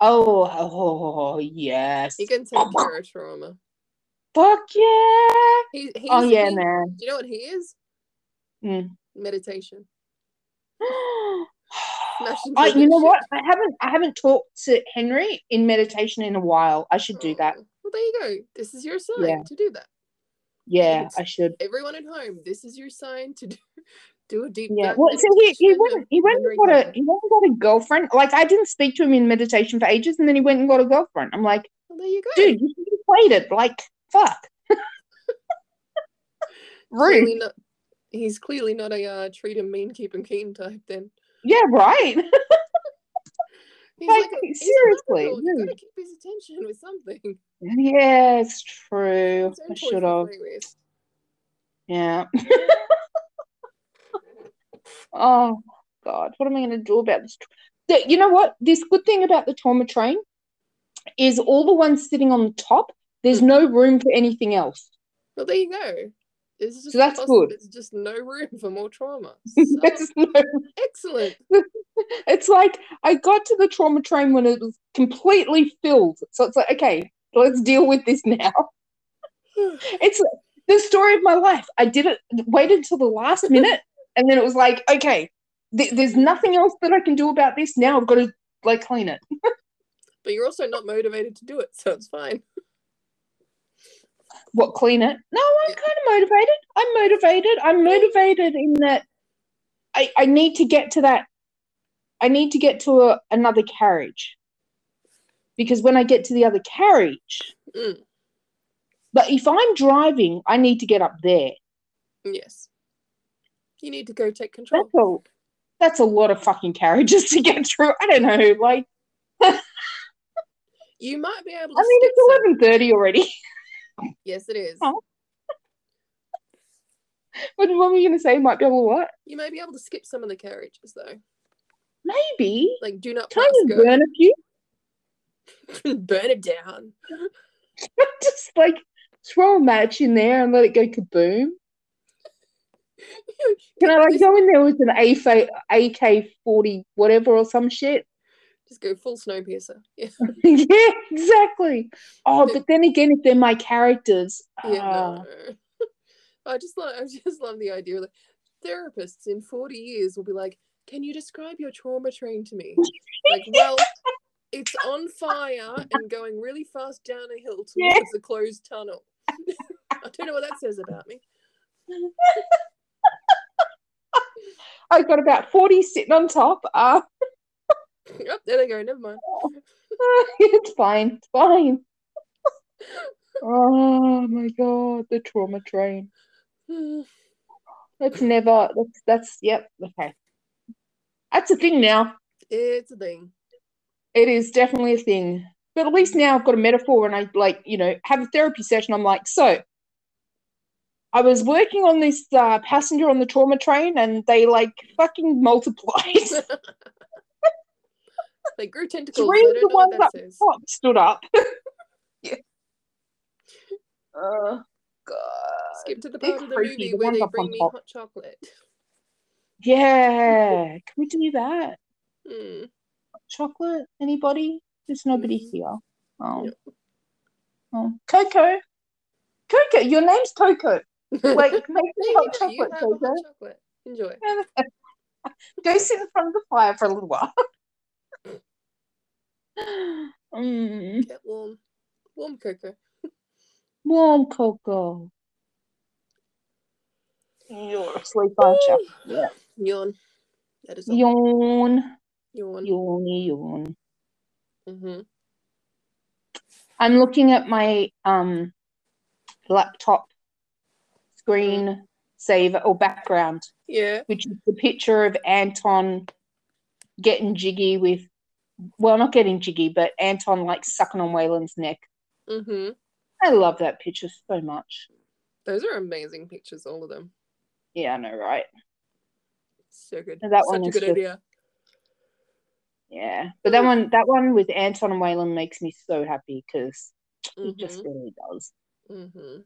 Oh, oh, yes.
He can take care of trauma.
Fuck yeah.
He, he's,
Oh, yeah,
he-
man.
Do you know what he is?
Mm.
Meditation.
I,
Smash into
Oh, you
the
know
shit.
what? I haven't I haven't talked to Henry in meditation in a while. I should do that.
Oh, Well, there you go. This is your sign
Yeah.
to do that.
Yeah,
thanks.
I should.
Everyone at home, this is your sign to do, do a deep
Yeah.
dive
Well, so he, he
meditation
went
of
he went
Henry
and got a
Hill.
he went and got a girlfriend. Like I didn't speak to him in meditation for ages, and then he went and got a girlfriend. I'm like,
Well, there you go.
dude, you should have played it. Like, fuck. Rude.
Clearly not- he's clearly not a uh, treat him mean, keep him keen type. Then
Yeah, right.
he's
Like,
a- he's
seriously,
Marvel, you
rude.
gotta keep his attention with something.
Yeah, it's true.
His own
I
toys
should
to
have.
play with.
Yeah. Oh God, what am I going to do about this? The- you know what? This good thing about the trauma train is all the ones sitting on the top. There's no room for anything else.
Well, there you go. It's just
that's
possible-
good.
There's just no room for more trauma. So,
There's no-
excellent.
it's like I got to the trauma train when it was completely filled. So it's like, okay, let's deal with this now. It's the story of my life. I did it, waited till the last minute, and then it was like, okay, th- there's nothing else that I can do about this now. I've got to like clean it.
But you're also not motivated to do it, so it's fine.
what clean it no i'm
Yeah.
kind of motivated i'm motivated i'm motivated in that i i need to get to that i need to get to a, another carriage because when i get to the other carriage
Mm.
But if I'm driving, I need to get up there.
Yes. You need to go take control.
That's a, that's a lot of fucking carriages to get through. I don't know. Like,
You might be able to.
I mean,
skip some-
it's 11.30 already.
Yes, it is.
Oh. what, what were you going to say? Might be able to what?
You may be able to skip some of the carriages though.
Maybe.
Like, do not
Can
pass
I just
go.
burn a few?
burn it down.
just like throw a match in there and let it go kaboom. Can I like go in there with an AK forty whatever or some shit?
Just go full snowpiercer. Yeah.
yeah, exactly. Oh, but then again, if they're my characters,
Yeah,
ah,
no. I just love, I just love the idea that therapists in forty years will be like, "Can you describe your trauma train to me?" like, well, it's on fire and going really fast down a hill towards
Yeah.
a closed tunnel. I don't know what that says about me.
I've got about forty sitting on top. Ah,
Oh, there they go. Never mind.
it's fine, it's fine. oh my god, the trauma train. That's never. That's that's yep. Okay, that's a thing now.
It's a thing.
It is definitely a thing. But at least now I've got a metaphor and I like, you know, have a therapy session. I'm like, so I was working on this uh, passenger on the trauma train and they like fucking multiplied.
They grew tentacles. I
Dreams
don't
are
know what
ones
that says.
What? Stood up. yeah. Oh, God.
Skip to the
They're
part of the
creepy,
movie
the
where
ones
they
up
bring
on
me
top.
hot chocolate.
Yeah. Can we do that?
Hmm.
Chocolate? Anybody? There's nobody
Mm.
here. Oh.
No.
oh. Coco. Coco. Your name's Coco. Like, make
There
me
you
hot
go, you
chocolate,
have a
Coco.
hot chocolate. Enjoy.
Go sit in front of the fire for a little while. Mm,
Get warm. Warm cocoa.
warm cocoa. You're asleep, aren't you? Yeah.
Yawn. That is all.
Yawn,
Yawn.
yawny, yawn.
Mm-hmm.
I'm looking at my um laptop screen saver or background,
Yeah.
which is the picture of Anton getting jiggy with, well, not getting jiggy, but Anton like sucking on Waylon's neck.
Mm-hmm.
I love that picture so much.
Those are amazing pictures, all of them.
Yeah, I know, right?
So good.
And that
Such
one
a
is
good
just-
idea.
Yeah, but that one, that one with Anton and Waylon makes me so happy because it
Mm-hmm.
just really does.
Mm-hmm.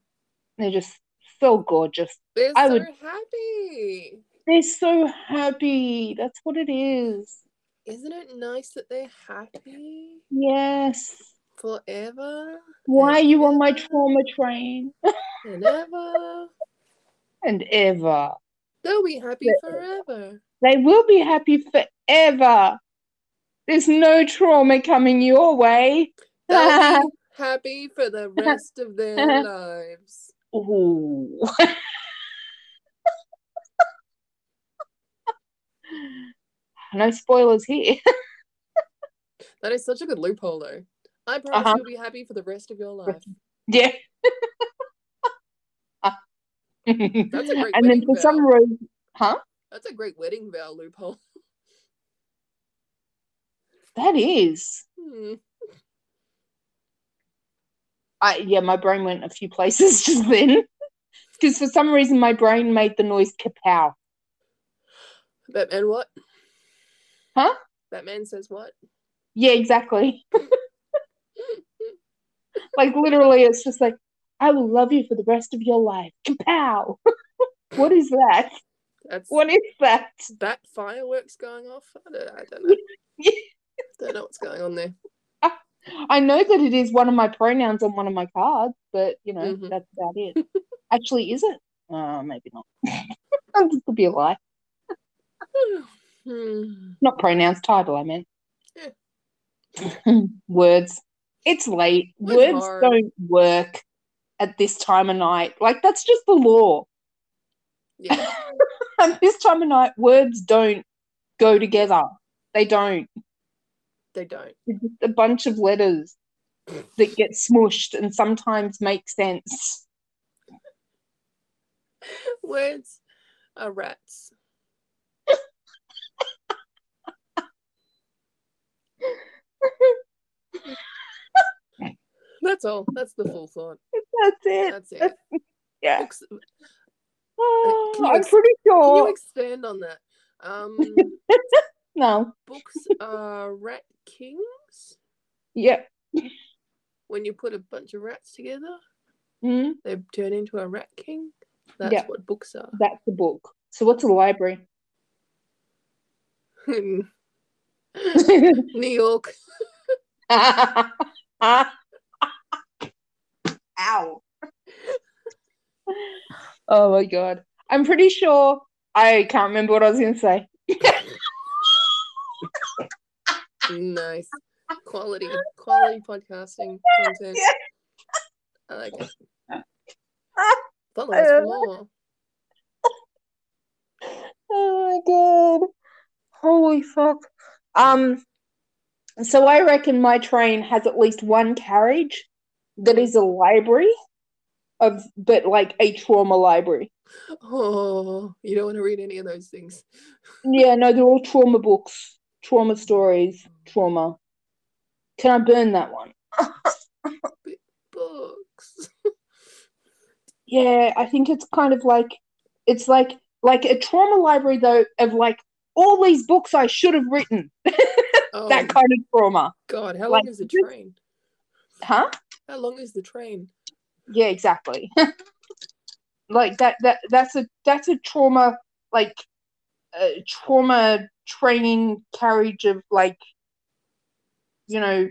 They're just so gorgeous.
They're
I
so
would-
happy.
They're so happy. That's what it is.
Isn't it nice that they're happy
Yes.
forever?
Why are you on my
Ever.
trauma train?
and ever.
And ever,
They'll be happy
Yeah.
forever.
they will be happy forever. There's no trauma coming your way.
They'll be happy for the rest of their lives.
Ooh. no spoilers here.
That is such a good loophole, though. I promise
Uh-huh.
you'll be happy for the rest of your life.
Yeah. and
That's a great
then
wedding
for
vow.
some reason, huh?
That's a great wedding vow loophole.
That is.
Hmm.
I yeah, my brain went a few places just then. Because for some reason my brain made the noise kapow.
Batman, what?
Huh?
Batman says what?
Yeah, exactly. like literally it's just like, I will love you for the rest of your life. Kapow. what is that?
That's
What is that?
bat fireworks going off. I don't, I don't know.
Yeah.
don't know what's going on there.
I know that it is one of my pronouns on one of my cards, but you know,
Mhm.
that's about it. Actually, is it? Uh, maybe not. that could be a lie.
Hmm.
Not pronouns, title, I meant.
Yeah.
Words. It's late.
It's
Words
hard.
don't work at this time of night. Like, that's just the law.
Yeah.
At this time of night, words don't go together. They don't.
They don't.
They're just a bunch of letters. that get smushed and sometimes make sense.
Words are rats. That's all. That's the full thought.
That's it.
That's it.
yeah.
Ex-
Oh,
can you
I'm
ex-
pretty
Can
sure.
you expand on that? Um,
no.
books are rat kings.
Yeah.
When you put a bunch of rats together,
Mm,
they turn into a rat king. That's
Yeah.
what books are.
that's the book. So what's a library?
New York.
Ow. Oh my god. I'm pretty sure I can't remember what I was gonna say.
Nice. Quality. Quality podcasting content.
Yeah.
I like it.
Ah,
Follow
I
us
love
for more.
Oh my god. Holy fuck. Um so I reckon my train has at least one carriage that is a library of but like a trauma library.
Oh, you don't want to read any of those things.
Yeah, no, they're all trauma books, trauma stories, trauma. Can I burn that one?
Books.
Yeah, I think it's kind of like it's like like a trauma library though of like all these books I should have written.
Oh,
That kind of trauma.
God. How
like-
long is the train?
Huh?
How long is the train?
Yeah, exactly. Like that that that's a that's a trauma like uh, trauma training carriage of like you know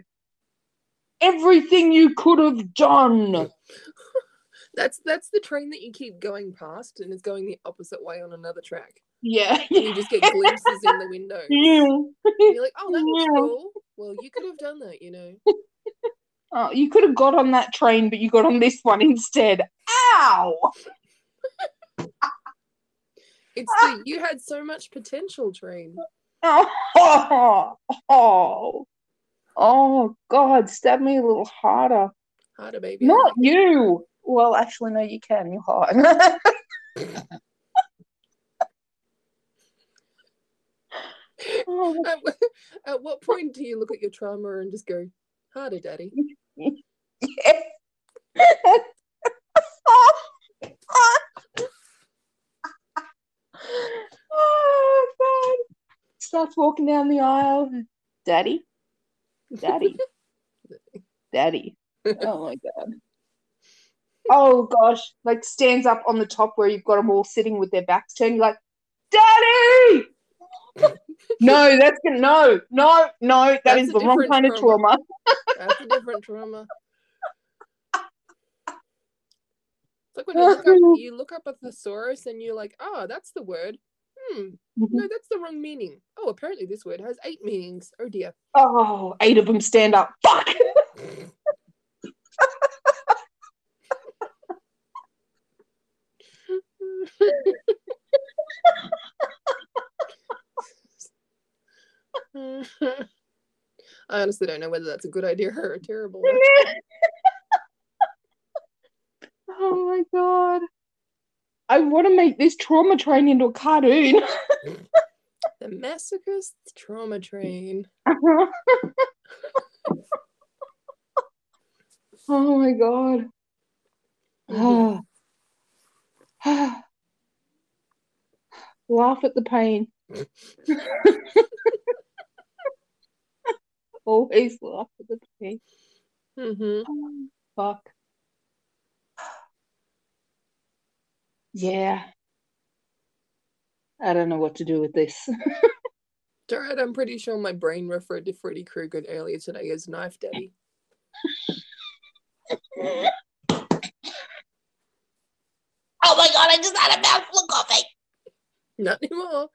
everything you could have done.
That's that's the train that you keep going past and it's going the opposite way on another track.
Yeah.
And you just get glimpses in the window.
Yeah.
And you're like, oh, that looks
Yeah.
cool. Well, you could have done that, you know.
Oh, you could have got on that train, but you got on this one instead. Ow!
It's the you had so much potential train.
Oh, oh, oh, oh, God, stab me a little harder.
Harder, baby.
Not you. Well, actually, no, you can. You're hot. Oh,
At, at what point do you look at your trauma and just go, harder, daddy?
yeah. oh, God. Starts walking down the aisle. Daddy, daddy. daddy. Oh my god. Oh gosh, like stands up on the top where you've got them all sitting with their backs turned. You're like, daddy. no, that's gonna no, no, no. that
That's
is
a
the wrong
different
kind of
trauma.
trauma.
That's a different trauma. It's like when you look, up, you look up a thesaurus and you're like, oh, that's the word. Hmm, no, that's the wrong meaning. Oh, apparently this word has eight meanings. Oh dear.
Oh, eight of them stand up. Fuck.
I honestly don't know whether that's a good idea or a terrible one.
oh my god. I want to make this trauma train into a cartoon.
The masochist trauma train.
oh Oh my god.
Mhm.
Ah. Laugh at the pain. Always laugh at the pain.
Mm-hmm.
Fuck. Yeah. I don't know what to do with this.
Jared, I'm pretty sure my brain referred to Freddy Krueger earlier today as Knife Daddy.
Oh my god, I just had a mouthful of coffee.
Not anymore.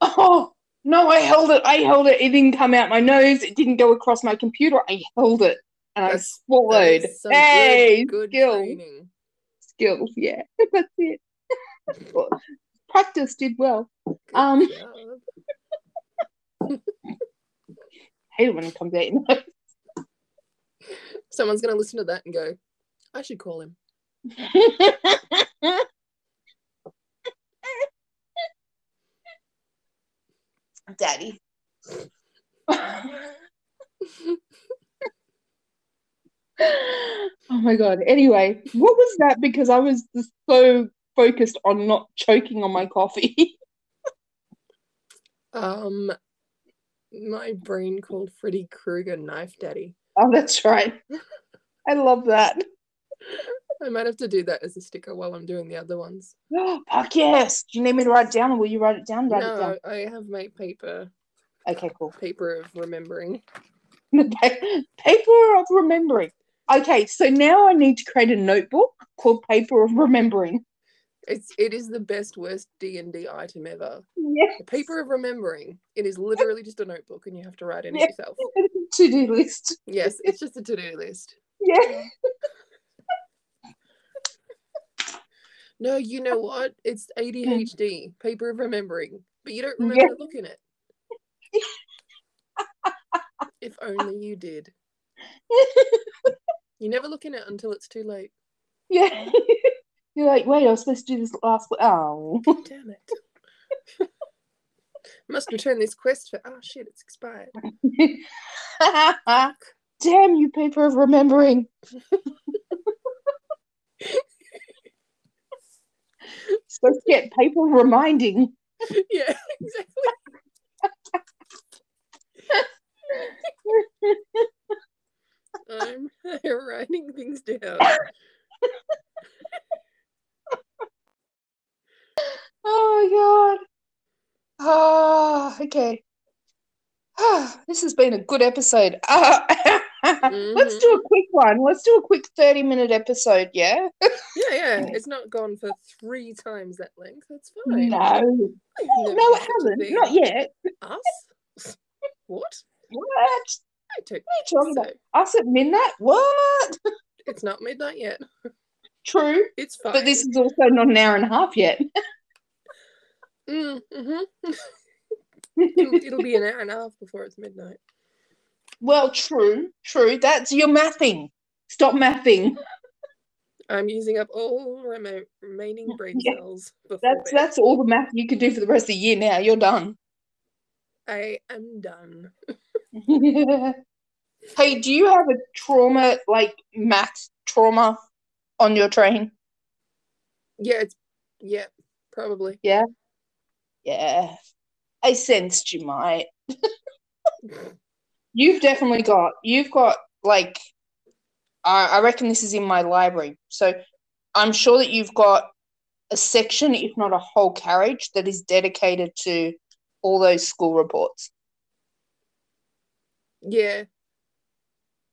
Oh no, I held it. I held it. It didn't come out my nose. It didn't go across my computer. I held it and I
That's- That
swallowed.
is some
hey,
good, good
skills,
training.
skills. Yeah, that's it. Well, Practice did well.
Good
Um,
job.
hate it when it comes out. your nose.
Someone's going to listen to that and go, I should call him.
Daddy. oh my god. Anyway, what was that? Because I was just so focused on not choking on my coffee.
Um, my brain called Freddy Krueger Knife Daddy.
oh, that's right. I love that.
I might have to do that as a sticker while I'm doing the other ones.
Fuck yes. Do you need me to write it down or will you write it down? Write it down.
No, I have my paper
Okay, cool.
paper of remembering.
The pa- paper of remembering. Okay, so now I need to create a notebook called Paper of Remembering.
It's it is the best worst D and D item ever.
Yes.
The paper of remembering. It is literally just a notebook, and you have to write in it
Yeah.
yourself.
to do list.
Yes, it's just a to do list.
Yeah.
No, you know what? It's ADHD. Paper of remembering, but you don't
Yeah.
remember looking at. it. if only you did. You never look in it until it's too late.
yeah. You're like, wait, I was supposed to do this last. Oh.
Damn it. Must return this quest for. Oh shit! It's expired.
Ah. Damn you, Paper of Remembering. so get Paper of Reminding.
yeah, exactly. I'm writing things down.
Oh my god. Ah, okay. Ah, this has been a good episode. Ah, Let's
Mhm.
do a quick one. Let's do a quick 30 minute episode, yeah?
Mm-hmm. Yeah, yeah. It's not gone for three times that length. That's fine.
No.
I've
No,
never
it
done such a
hasn't.
thing.
Not yet.
Us? What?
What?
I don't
What are you talking
think
about?
so.
Us at midnight? What?
It's not midnight yet.
True.
It's fine.
But this is also not an hour and a half yet.
Mm, mhm. it'll, it'll be an hour and a half before it's midnight.
Well, true, true. That's your mathing. Stop mathing.
I'm using up all remo- remaining brain
Yeah.
cells before
That's
bed.
that's all the math you can do for the rest of the year now. You're done.
I am done.
hey, do you have a trauma like math trauma on your train?
Yeah, it's yeah, probably.
Yeah. I sensed you might. You've definitely got you've got like I, I reckon this is in my library. So I'm sure that you've got a section, if not a whole carriage, that is dedicated to all those school reports
Yeah,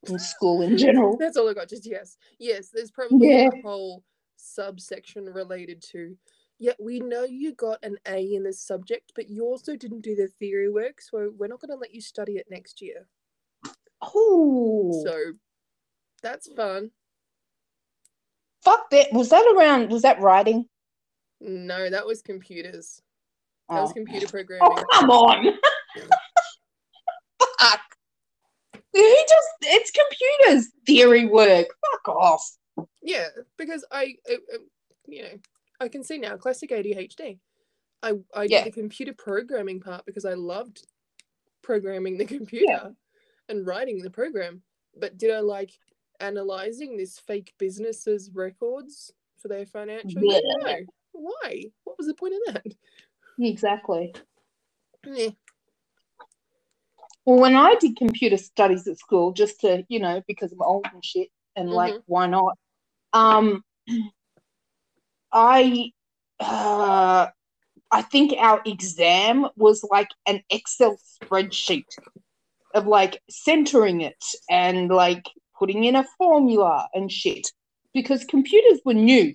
and school in general.
that's all I got. Just yes, yes. There's probably
Oh. Yeah.
a whole subsection related to. Yeah, we know you got an A in this subject, but you also didn't do the theory work, so we're not going to let you study it next year.
Oh,
So that's fun.
fuck that. Was that around? Was that writing?
No, that was computers. That was
Oh.
computer programming.
Oh, come on. Fuck. Who just, it's computers theory work. Fuck off.
Yeah, because I, I, I- you know, I can see now classic ADHD. I I
Yeah.
did the computer programming part because I loved programming the computer and writing the program. But did I like analyzing this fake business's records for their financial?
Yeah.
No. Why? What was the point of that?
Exactly.
Meh.
Well, when I did computer studies at school, just to, you know, because I'm old and shit, and like, why not? Um, I, uh, I think our exam was like an Excel spreadsheet of like centering it and like putting in a formula and shit because computers were new.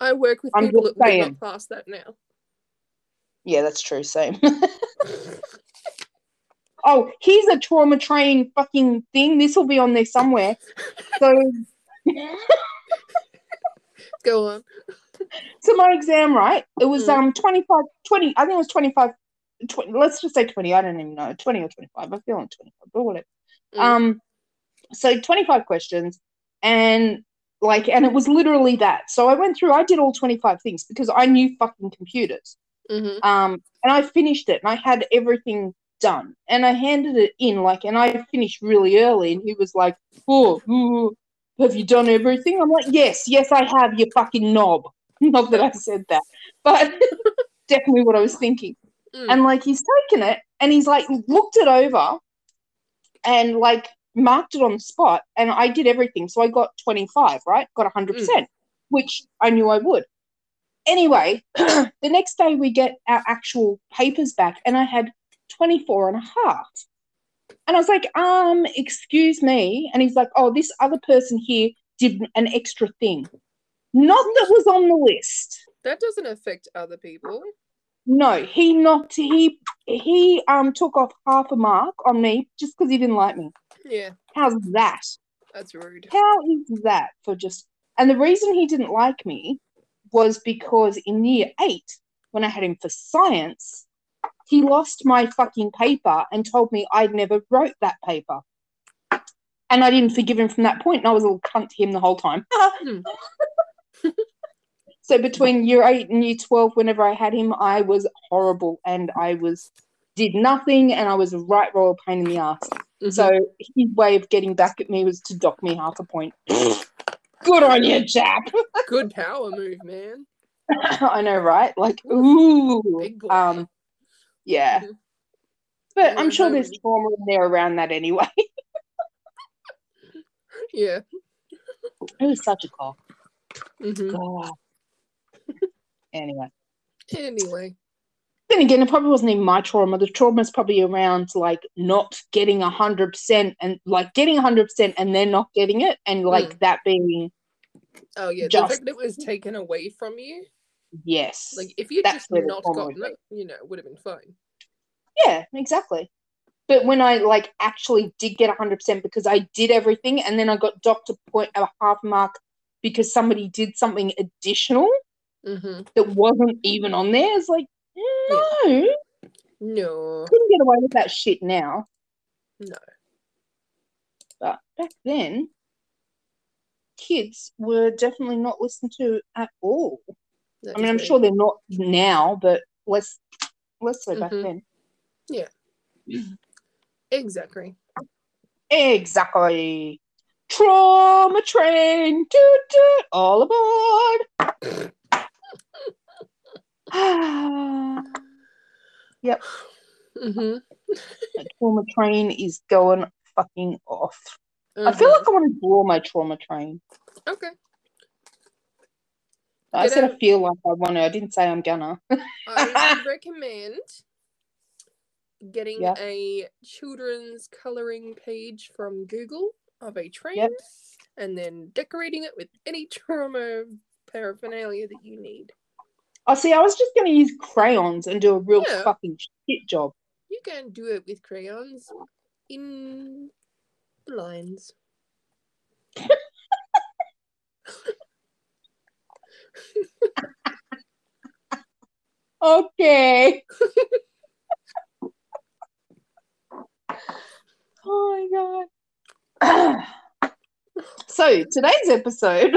I work with
I'm
people
just
that would
saying.
not pass that now.
Yeah, that's true. Same. oh, here's a trauma train fucking thing. This will be on there somewhere. So
Go on.
so my exam right it was
Mm.
um 25 20 i think it was 25 20, let's just say 20 i don't even know 20 or 25 i feel like 25 but whatever
Mm.
um So 25 questions and like and it was literally that. So I went through I did all 25 things because I knew fucking computers.
Mm-hmm.
Um and I finished it and I had everything done and I handed it in like and I finished really early and he was like, "Oh, ooh, have you done everything?" I'm like, "Yes, yes I have, you fucking knob." Not that I said that, but definitely what I was thinking
Mm.
and like he's taken it and he's like looked it over and like marked it on the spot and i did everything so i got 25 right got 100% which i knew i would anyway the next day we get our actual papers back and i had 24 and a half and i was like um excuse me and he's like oh this other person here did an extra thing not that was on the list
that doesn't affect other people.
no, he knocked. He he um took off half a mark on me just because he didn't like me.
Yeah,
How's that?
that's rude.
How is that for just? And the reason he didn't like me was because in year eight, when I had him for science, he lost my fucking paper and told me I'd never wrote that paper. And I didn't forgive him from that point, and I was a little cunt to him the whole time. So between year eight and year twelve, whenever I had him, I was horrible and I was did nothing and I was a right royal pain in the ass.
Mm-hmm.
So his way of getting back at me was to dock me half a point. Good on you, chap.
Mhm. good power move, man.
I know, right? Like, ooh,
Big boy.
um, yeah.
Mhm.
But
Yeah,
I'm sure
no
there's
worries.
trauma in there around that anyway.
Yeah.
it was such a cock.
Mhm.
God. anyway.
Anyway,
Then again, it probably wasn't even my trauma. The trauma's probably around like not getting hundred percent and like getting hundred percent and then not getting it, and like
Mm.
that being
oh yeah,
Just-
the fact that it was taken away from you,
yes,
like if you'd
That's
just
where the
not
trauma would
gotten it, you know, it would have been fine.
yeah, exactly. But when I like actually did get hundred percent because I did everything, and then I got docked a point a half mark because somebody did something additional
Mm-hmm.
that wasn't even on there. It's like no,
No.
couldn't get away with that shit now.
No.
But back then, kids were definitely not listened to at all.
that
I mean,
is
I'm
rude.
sure they're not now, but less less so back
Mhm.
then.
Exactly.
Exactly. Trauma train, toot toot, all aboard. the
Mm-hmm.
trauma train is going fucking off. I feel like I want to draw my trauma train.
Mm-hmm. okay.
I
Get
said I
out.
feel like I want to. I didn't say I'm gonna.
I would recommend getting
Yeah.
a children's coloring page from Google of a train
Yep.
and then decorating it with any trauma paraphernalia that you need.
I Oh, see. I was just going to use crayons and do a real
Yeah.
fucking shit job.
You can do it with crayons in the lines.
Okay. oh my god. so today's episode,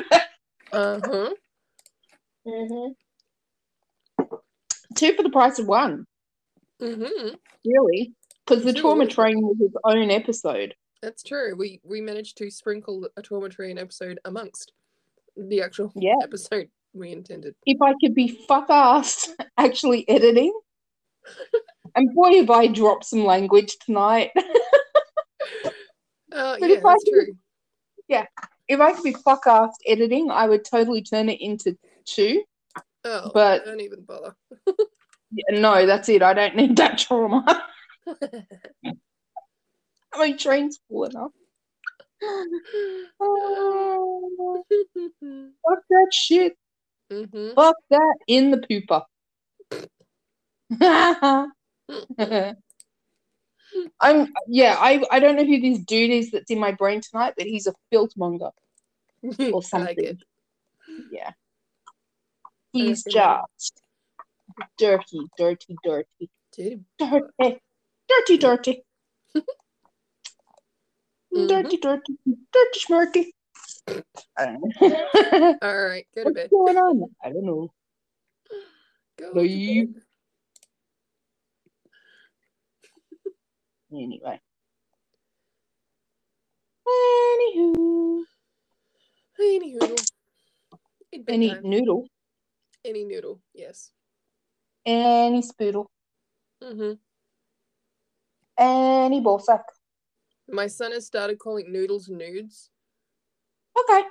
Uh
Uh-huh.
huh.
two for the price of one,
Mm-hmm.
really, because the
Sure.
trauma train was its own episode.
That's true. We we managed to sprinkle a trauma train episode amongst the actual
Yeah.
episode we intended.
If I could be fuck ass actually editing, and boy, have I dropped some language tonight.
Uh,
But
yeah,
if I
that's
could-
true.
if I could be fuck ass editing, I would totally turn it into two.
Oh,
but-
don't even bother.
Yeah, No, that's it. I don't need that trauma. My train's full enough. Oh,
mm-hmm.
fuck that shit. Fuck that in the pooper. I'm yeah, I, I don't know who this dude is that's in my brain tonight, but he's a filthmonger. or
Like it.
something. Yeah. He's
reckon that-
just dirty, dirty, dirty,
Dude.
dirty, dirty, dirty. Dirty, dirty, dirty, smirky. I don't know.
All right, go to
What's
bed.
going on? I don't know.
Go to
Leave.
bed.
Anyway. Anywho.
Any noodle. In
Any
bedtime.
noodle.
Any noodle. Yes.
Any spoodle.
hmm
Any ballsack.
My son has started calling noodles nudes,
Okay.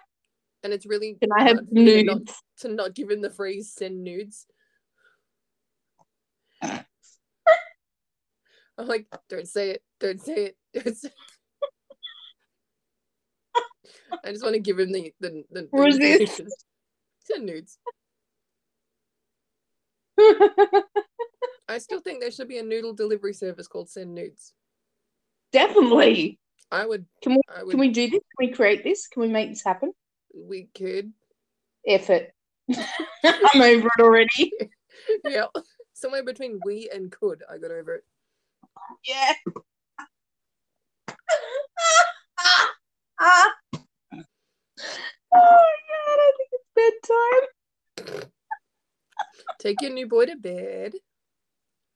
and it's really
Can I have
hard for me to not-
nudes?
to not give him the phrase "send nudes." I'm like, don't say it, don't say it, don't say it." I just want to give him the the the, the
Resist.
information. Send nudes. I still think there should be a noodle delivery service called Send Nudes.
Definitely.
I would.
Can we-
I would.
Can we do this? Can we create this? Can we make this happen?
we could.
Effort. I'm over it already.
yeah. Somewhere between we and could, I got over it.
Yeah. oh god, I think it's bedtime.
Take your new boy to bed.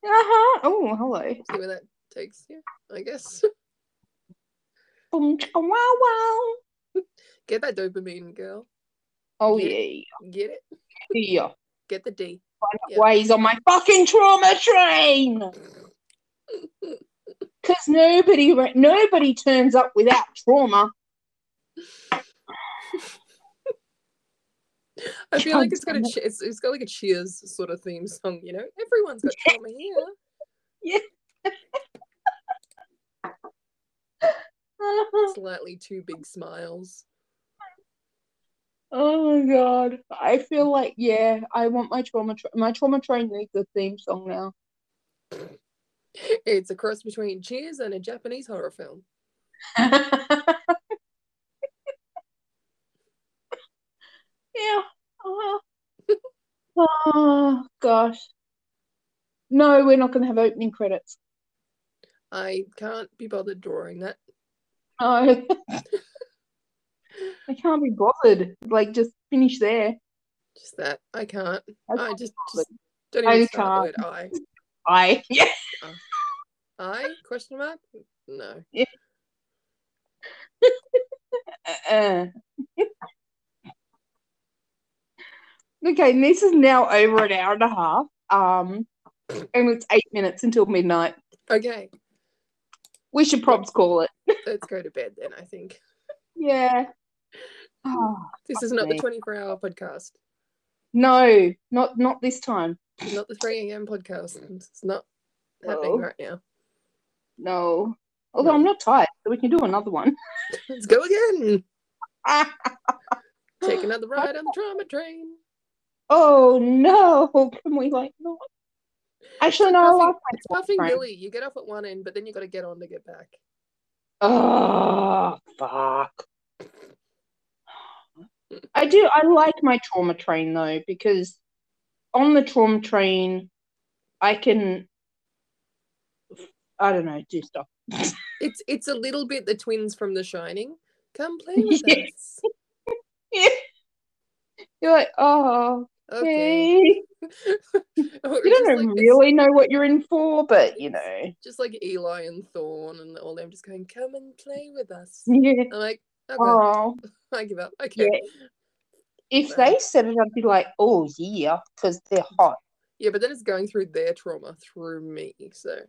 Uh-huh. Oh, hello.
See where that takes you, I guess.
Boom chicka wow wow.
Get that dopamine, girl.
Oh
Yeah.
yeah.
Get it.
Yeah.
Get the D. Yeah.
Why he's on my fucking trauma train? Cause nobody re- nobody turns up without trauma.
I feel like it's got a
Goddamn
che- it's, it's got like a Cheers sort of theme song, you know. Everyone's got trauma here.
oh
Slightly too big smiles.
Oh, my god. I feel like yeah, I want my trauma tra- my trauma train needs a theme song now.
It's a cross between Cheers and a Japanese horror film.
yeah. Oh, well. oh gosh. No, we're not going to have opening credits.
I can't be bothered drawing that.
No. I can't be bothered. Like, just finish there.
Just that I can't.
I,
I just, just don't
I
even start the word
I yeah.
I. I question mark. No.
Uh. okay, and this is now over an hour and a half. Um, and it's eight minutes until midnight.
Okay,
We should probs call it.
let's go to bed then. I think
Yeah. Oh,
this is not the
Okay.
twenty-four hour podcast.
no, not not this time.
not the 3 a.m. podcast. It's not
No.
happening right now.
No. Although I'm not tired, so we can do another one.
Let's go again. Take another ride on the trauma train.
Oh no! Can we like not? Actually, no. I
Puffing-
like my
It's puffing
train.
Billy. You get off at one end, but then you got to get on to get back.
Oh fuck! I do. I like my trauma train though because on the trauma train, I can. I don't know. Do stuff.
It's it's a little bit the twins from The Shining. Come play with
Yeah.
us.
You're like, oh,
Okay.
okay.
Or
You
just
don't
like- it's
really know what you're in for, but you know.
Just like Eli and Thorn and all them just going, come and play with us.
Yeah.
I'm like, okay,
Oh,
I give up. Okay.
Yeah.
Yeah.
if they said it, I'd be like, oh yeah, because they're hot.
but then it's going through their trauma through me. So,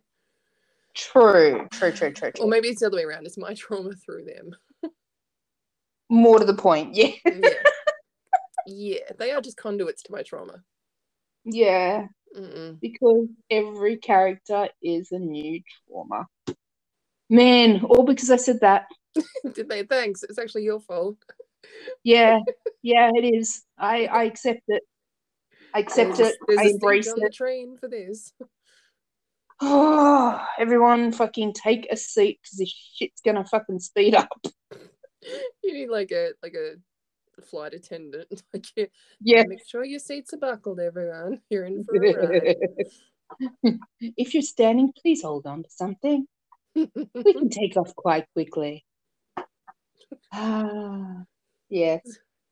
True, true, true, true,
or
true.
maybe it's the other way around. It's my trauma through them.
More to the point, yeah.
yeah. yeah, they are just conduits to my trauma.
Yeah,
Mm-mm.
because every character is a new trauma. Man, all because I said that.
Did they? Thanks. It's actually your fault.
Yeah, yeah, it is. I I accept it. I accept
There's a-
it.
There's
I
a
embrace
stint on the
it.
train for this.
Oh, everyone, fucking take a seat because this shit's gonna fucking speed up.
You need like a like a flight attendant. Like, yeah,
Yeah.
make sure your seats are buckled, everyone. You're in for a ride.
if
Mm-hmm.
you're standing, please hold on to something. We can take off quite quickly. Ah, yes.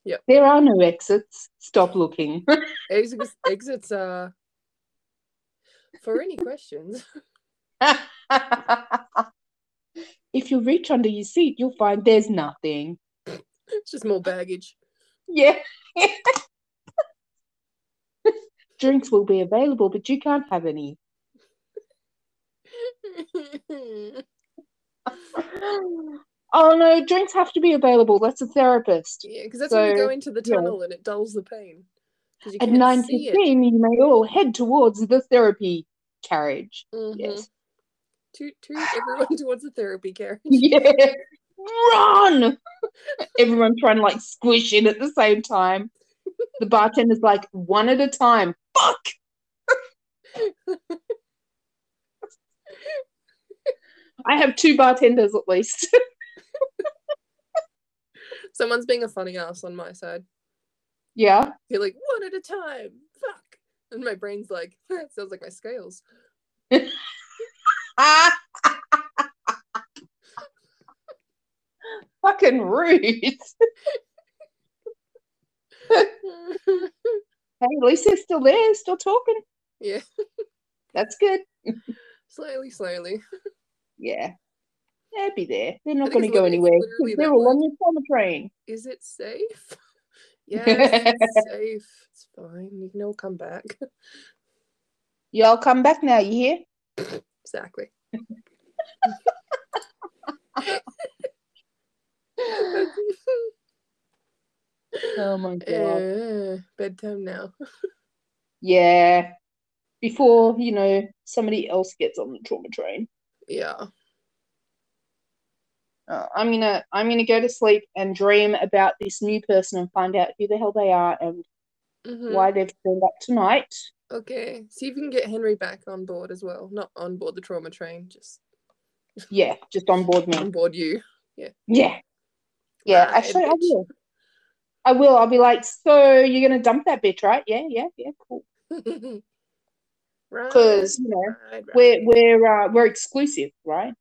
Yep.
There are no exits. Stop looking.
Exits, exits are for any questions.
if you reach under your seat, you'll find there's nothing.
It's just more baggage.
Yeah. Drinks will be available, but you can't have any. Oh no, drinks have to be available. That's a therapist.
yeah, because that's when you
So,
go into the
yeah.
tunnel and it dulls the pain. 'Cause you
At
can't
nine
see it.
fifteen, you may all head towards the therapy carriage.
Mhm.
Yes.
Toot, toot everyone towards the therapy carriage.
Yeah. Run! Everyone trying to like squish in at the same time. The bartender's like, one at a time. Fuck! I have two bartenders at least.
Someone's being a funny ass on my side.
yeah.
You're like, one at a time. Fuck. And my brain's like, that sounds like my scales.
Ah! Fucking rude. hey, at least they're still there, still talking.
yeah,
That's good.
slowly, slowly.
Yeah. They'll be there. They're not
I think
going to go
it's literally- it's
anywhere. 'cause
literally
They're
that
all
line.
on the summer train.
Is it safe? Yes, it's safe. It's fine. You can all come back.
Y'all come back now, you hear?
Exactly. Eh,
Oh my god.
bedtime now.
yeah. Before, you know, somebody else gets on the trauma train.
Yeah.
Uh, I'm gonna I'm gonna go to sleep and dream about this new person and find out who the hell they are and
Mhm.
why they've turned up tonight.
Okay. See if you can get Henry back on board as well. Not on board the trauma train, just
Yeah, just on board me.
on board you.
Yeah. Yeah,
Right,
actually, I
bitch.
will. I will. I'll be like, so you're going to dump that bitch, right? Yeah, yeah, yeah, cool.
right.
Because, you know,
right, right.
we're, we're, uh, we're exclusive, right?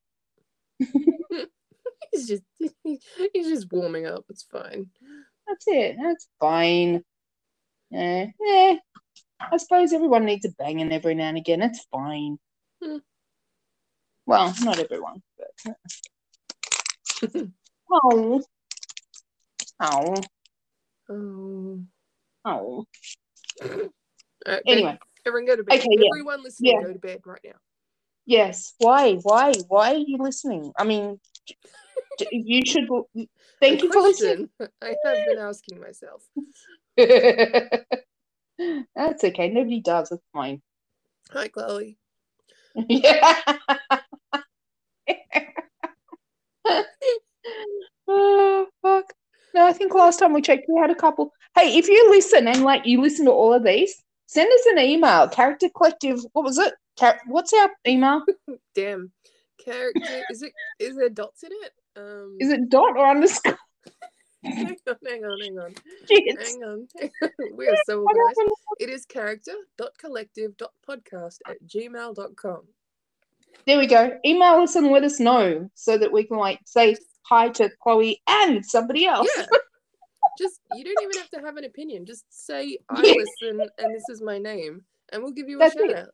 he's just he's just warming up. It's fine.
That's it. That's fine. Yeah. yeah. I suppose everyone needs a banging every now and again. It's fine.
Hmm.
Well, not everyone, but. oh. Oh.
Oh.
Oh.
All right,
Anyway.
everyone go to bed.
Okay, yeah.
Everyone listening,
Yeah.
go to bed right now.
Yes. Why? Why? Why are you listening? I mean, d- you should. Thank
A
you for listening.
question I have been asking myself.
That's okay. Nobody does. It's fine.
Hi, Chloe.
Yeah. oh, fuck. No, I think last time we checked, we had a couple. Hey, if you listen and like you listen to all of these, send us an email. Character Collective. What was it? Char- What's our email?
Damn. Character is it is there dots in it? Um
Is it dot or underscore?
hang on, hang on, hang on.
Shit.
Hang on. we are so
I don't
organized.
know.
It is character.collective.podcast at gmail.com.
There we go. Email us and let us know so that we can like say hi to Chloe and somebody else.
Yeah. Just you don't even have to have an opinion. Just say I
Yeah.
listen and this is my name and we'll give you a
That's
shout
it.
out.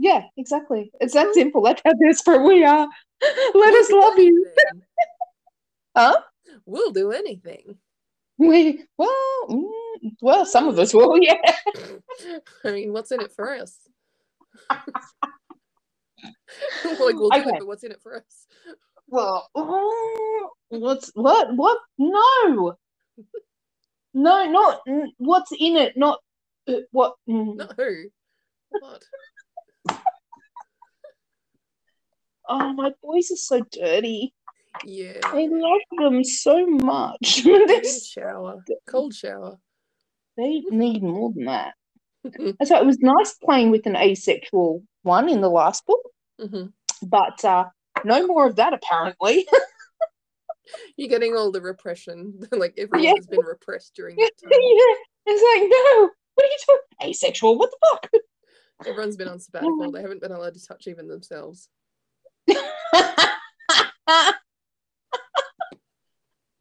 Yeah, exactly. It's that simple. That's how desperate we are. Let us
We'll do
love you.
anything.
Huh?
We'll do anything.
We well, mm, well, some of us will. Yeah.
I mean, what's in it for us? like we'll do it,
Okay.
but what's in it for us?
Well, oh, what's what? What? No. No, not mm, what's in it. Not uh, what. mm.
Not who. What?
Oh, my boys are so dirty.
Yeah.
I love them so much.
They
They're
need a shower. Cold shower.
They need more than that. And so it was nice playing with an asexual one in the last book,
hmm
but uh, no more of that apparently.
You're getting all the repression. like everyone
Yeah.
has been repressed during
yeah,
that time.
it's like no. What are you talking? Asexual? What the
Everyone's been on sabbatical. They haven't been allowed to touch even themselves.
fuck?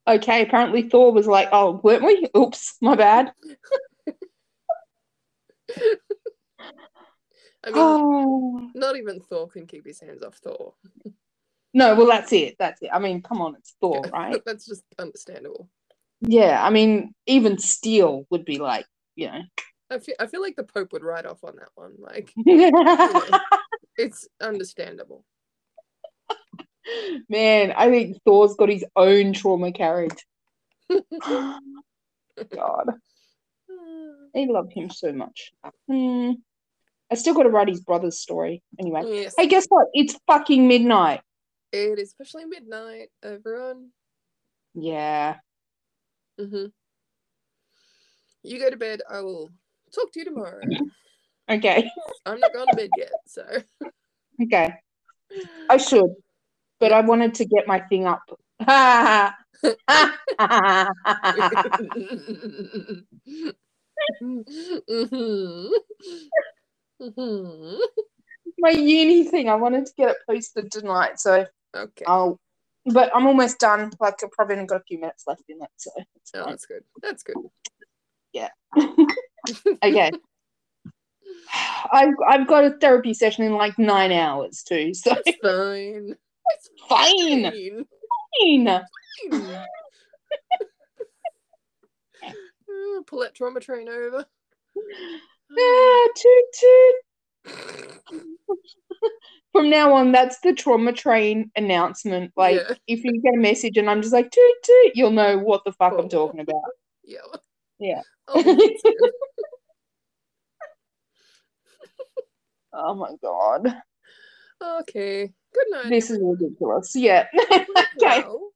okay, apparently Thor was like, oh, weren't we? Oops, my bad.
I mean,
Oh.
not even Thor can keep his hands off Thor.
No, well, that's it. That's it. I mean, come on, it's Thor, right?
That's just understandable.
Yeah, I mean, even Steel would be like, you
I feel, I feel like the Pope would write off on that one. Like, you
know.
know, it's understandable.
Man, I think Thor's got his own trauma carriage. God,
Mm,
I love him so much. Hmm. I still got to write his brother's story anyway.
Yes,
Hey, guess what? It's fucking midnight.
it is especially midnight, everyone.
Yeah.
hmm You go to bed. I will talk to you tomorrow.
Okay.
I'm not going to bed yet, so.
Okay. I should, but I wanted to get my thing up.
Mhm. Mhm.
my uni thing. I wanted to get it posted tonight, so
Okay.
I'll. But I'm almost done. Like I've probably only got a few minutes left in it, so it's
Oh,
fine.
that's good. That's good.
okay. I've I've got a therapy session in like nine hours too, so
It's fine. It's
fine.
fine. Fine. Uh, Pull that trauma train over.
Ah, toot toot. From now on, that's the trauma train announcement. Like,
Yeah.
if you get a message and I'm just like toot toot, you'll know what the fuck I'm talking about.
Yeah.
Yeah.
Oh, that's good.
Oh my god,
okay. Good night.
this is ridiculous. Yeah. okay.
Well,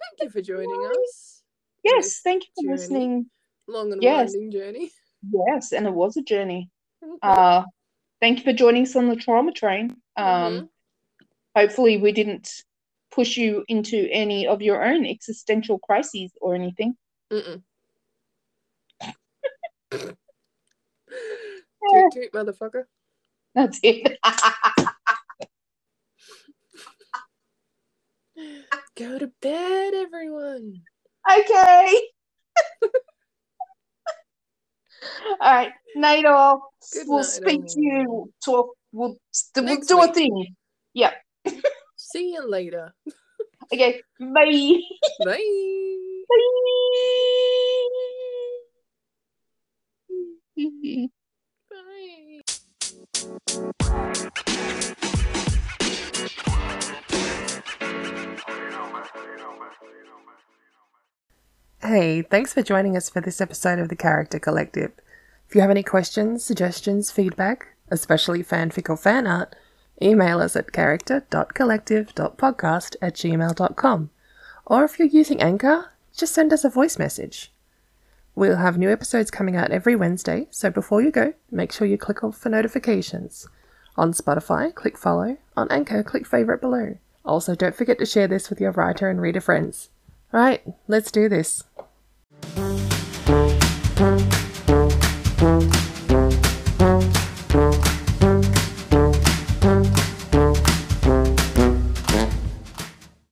thank you for joining us.
Yes. Thank you for
Journey.
listening.
Long and
Yes.
winding journey.
Yes, and it was a journey. Uh, thank you for joining us on the trauma train. Um,
Mhm.
Hopefully, we didn't push you into any of your own existential crises or anything.
Mm-mm. toot toot, motherfucker.
That's it.
Go to bed, everyone.
okay. all right. Night all.
Good
we'll
night,
speak to
all.
you. Talk. We'll, we'll
Next
do a
week.
thing.
See you later.
Okay. Bye.
Bye.
Bye.
Bye.
Hey, thanks for joining us for this episode of the Character Collective. If you have any questions, suggestions, feedback, especially fanfic or fan art, email us at character.collective.podcast at gmail.com. Or if you're using Anchor, just send us a voice message. We'll have new episodes coming out every Wednesday, so before you go, make sure you click off for notifications. On Spotify, click follow. On Anchor, click favourite below. Also, don't forget to share this with your writer and reader friends. All right, let's do this.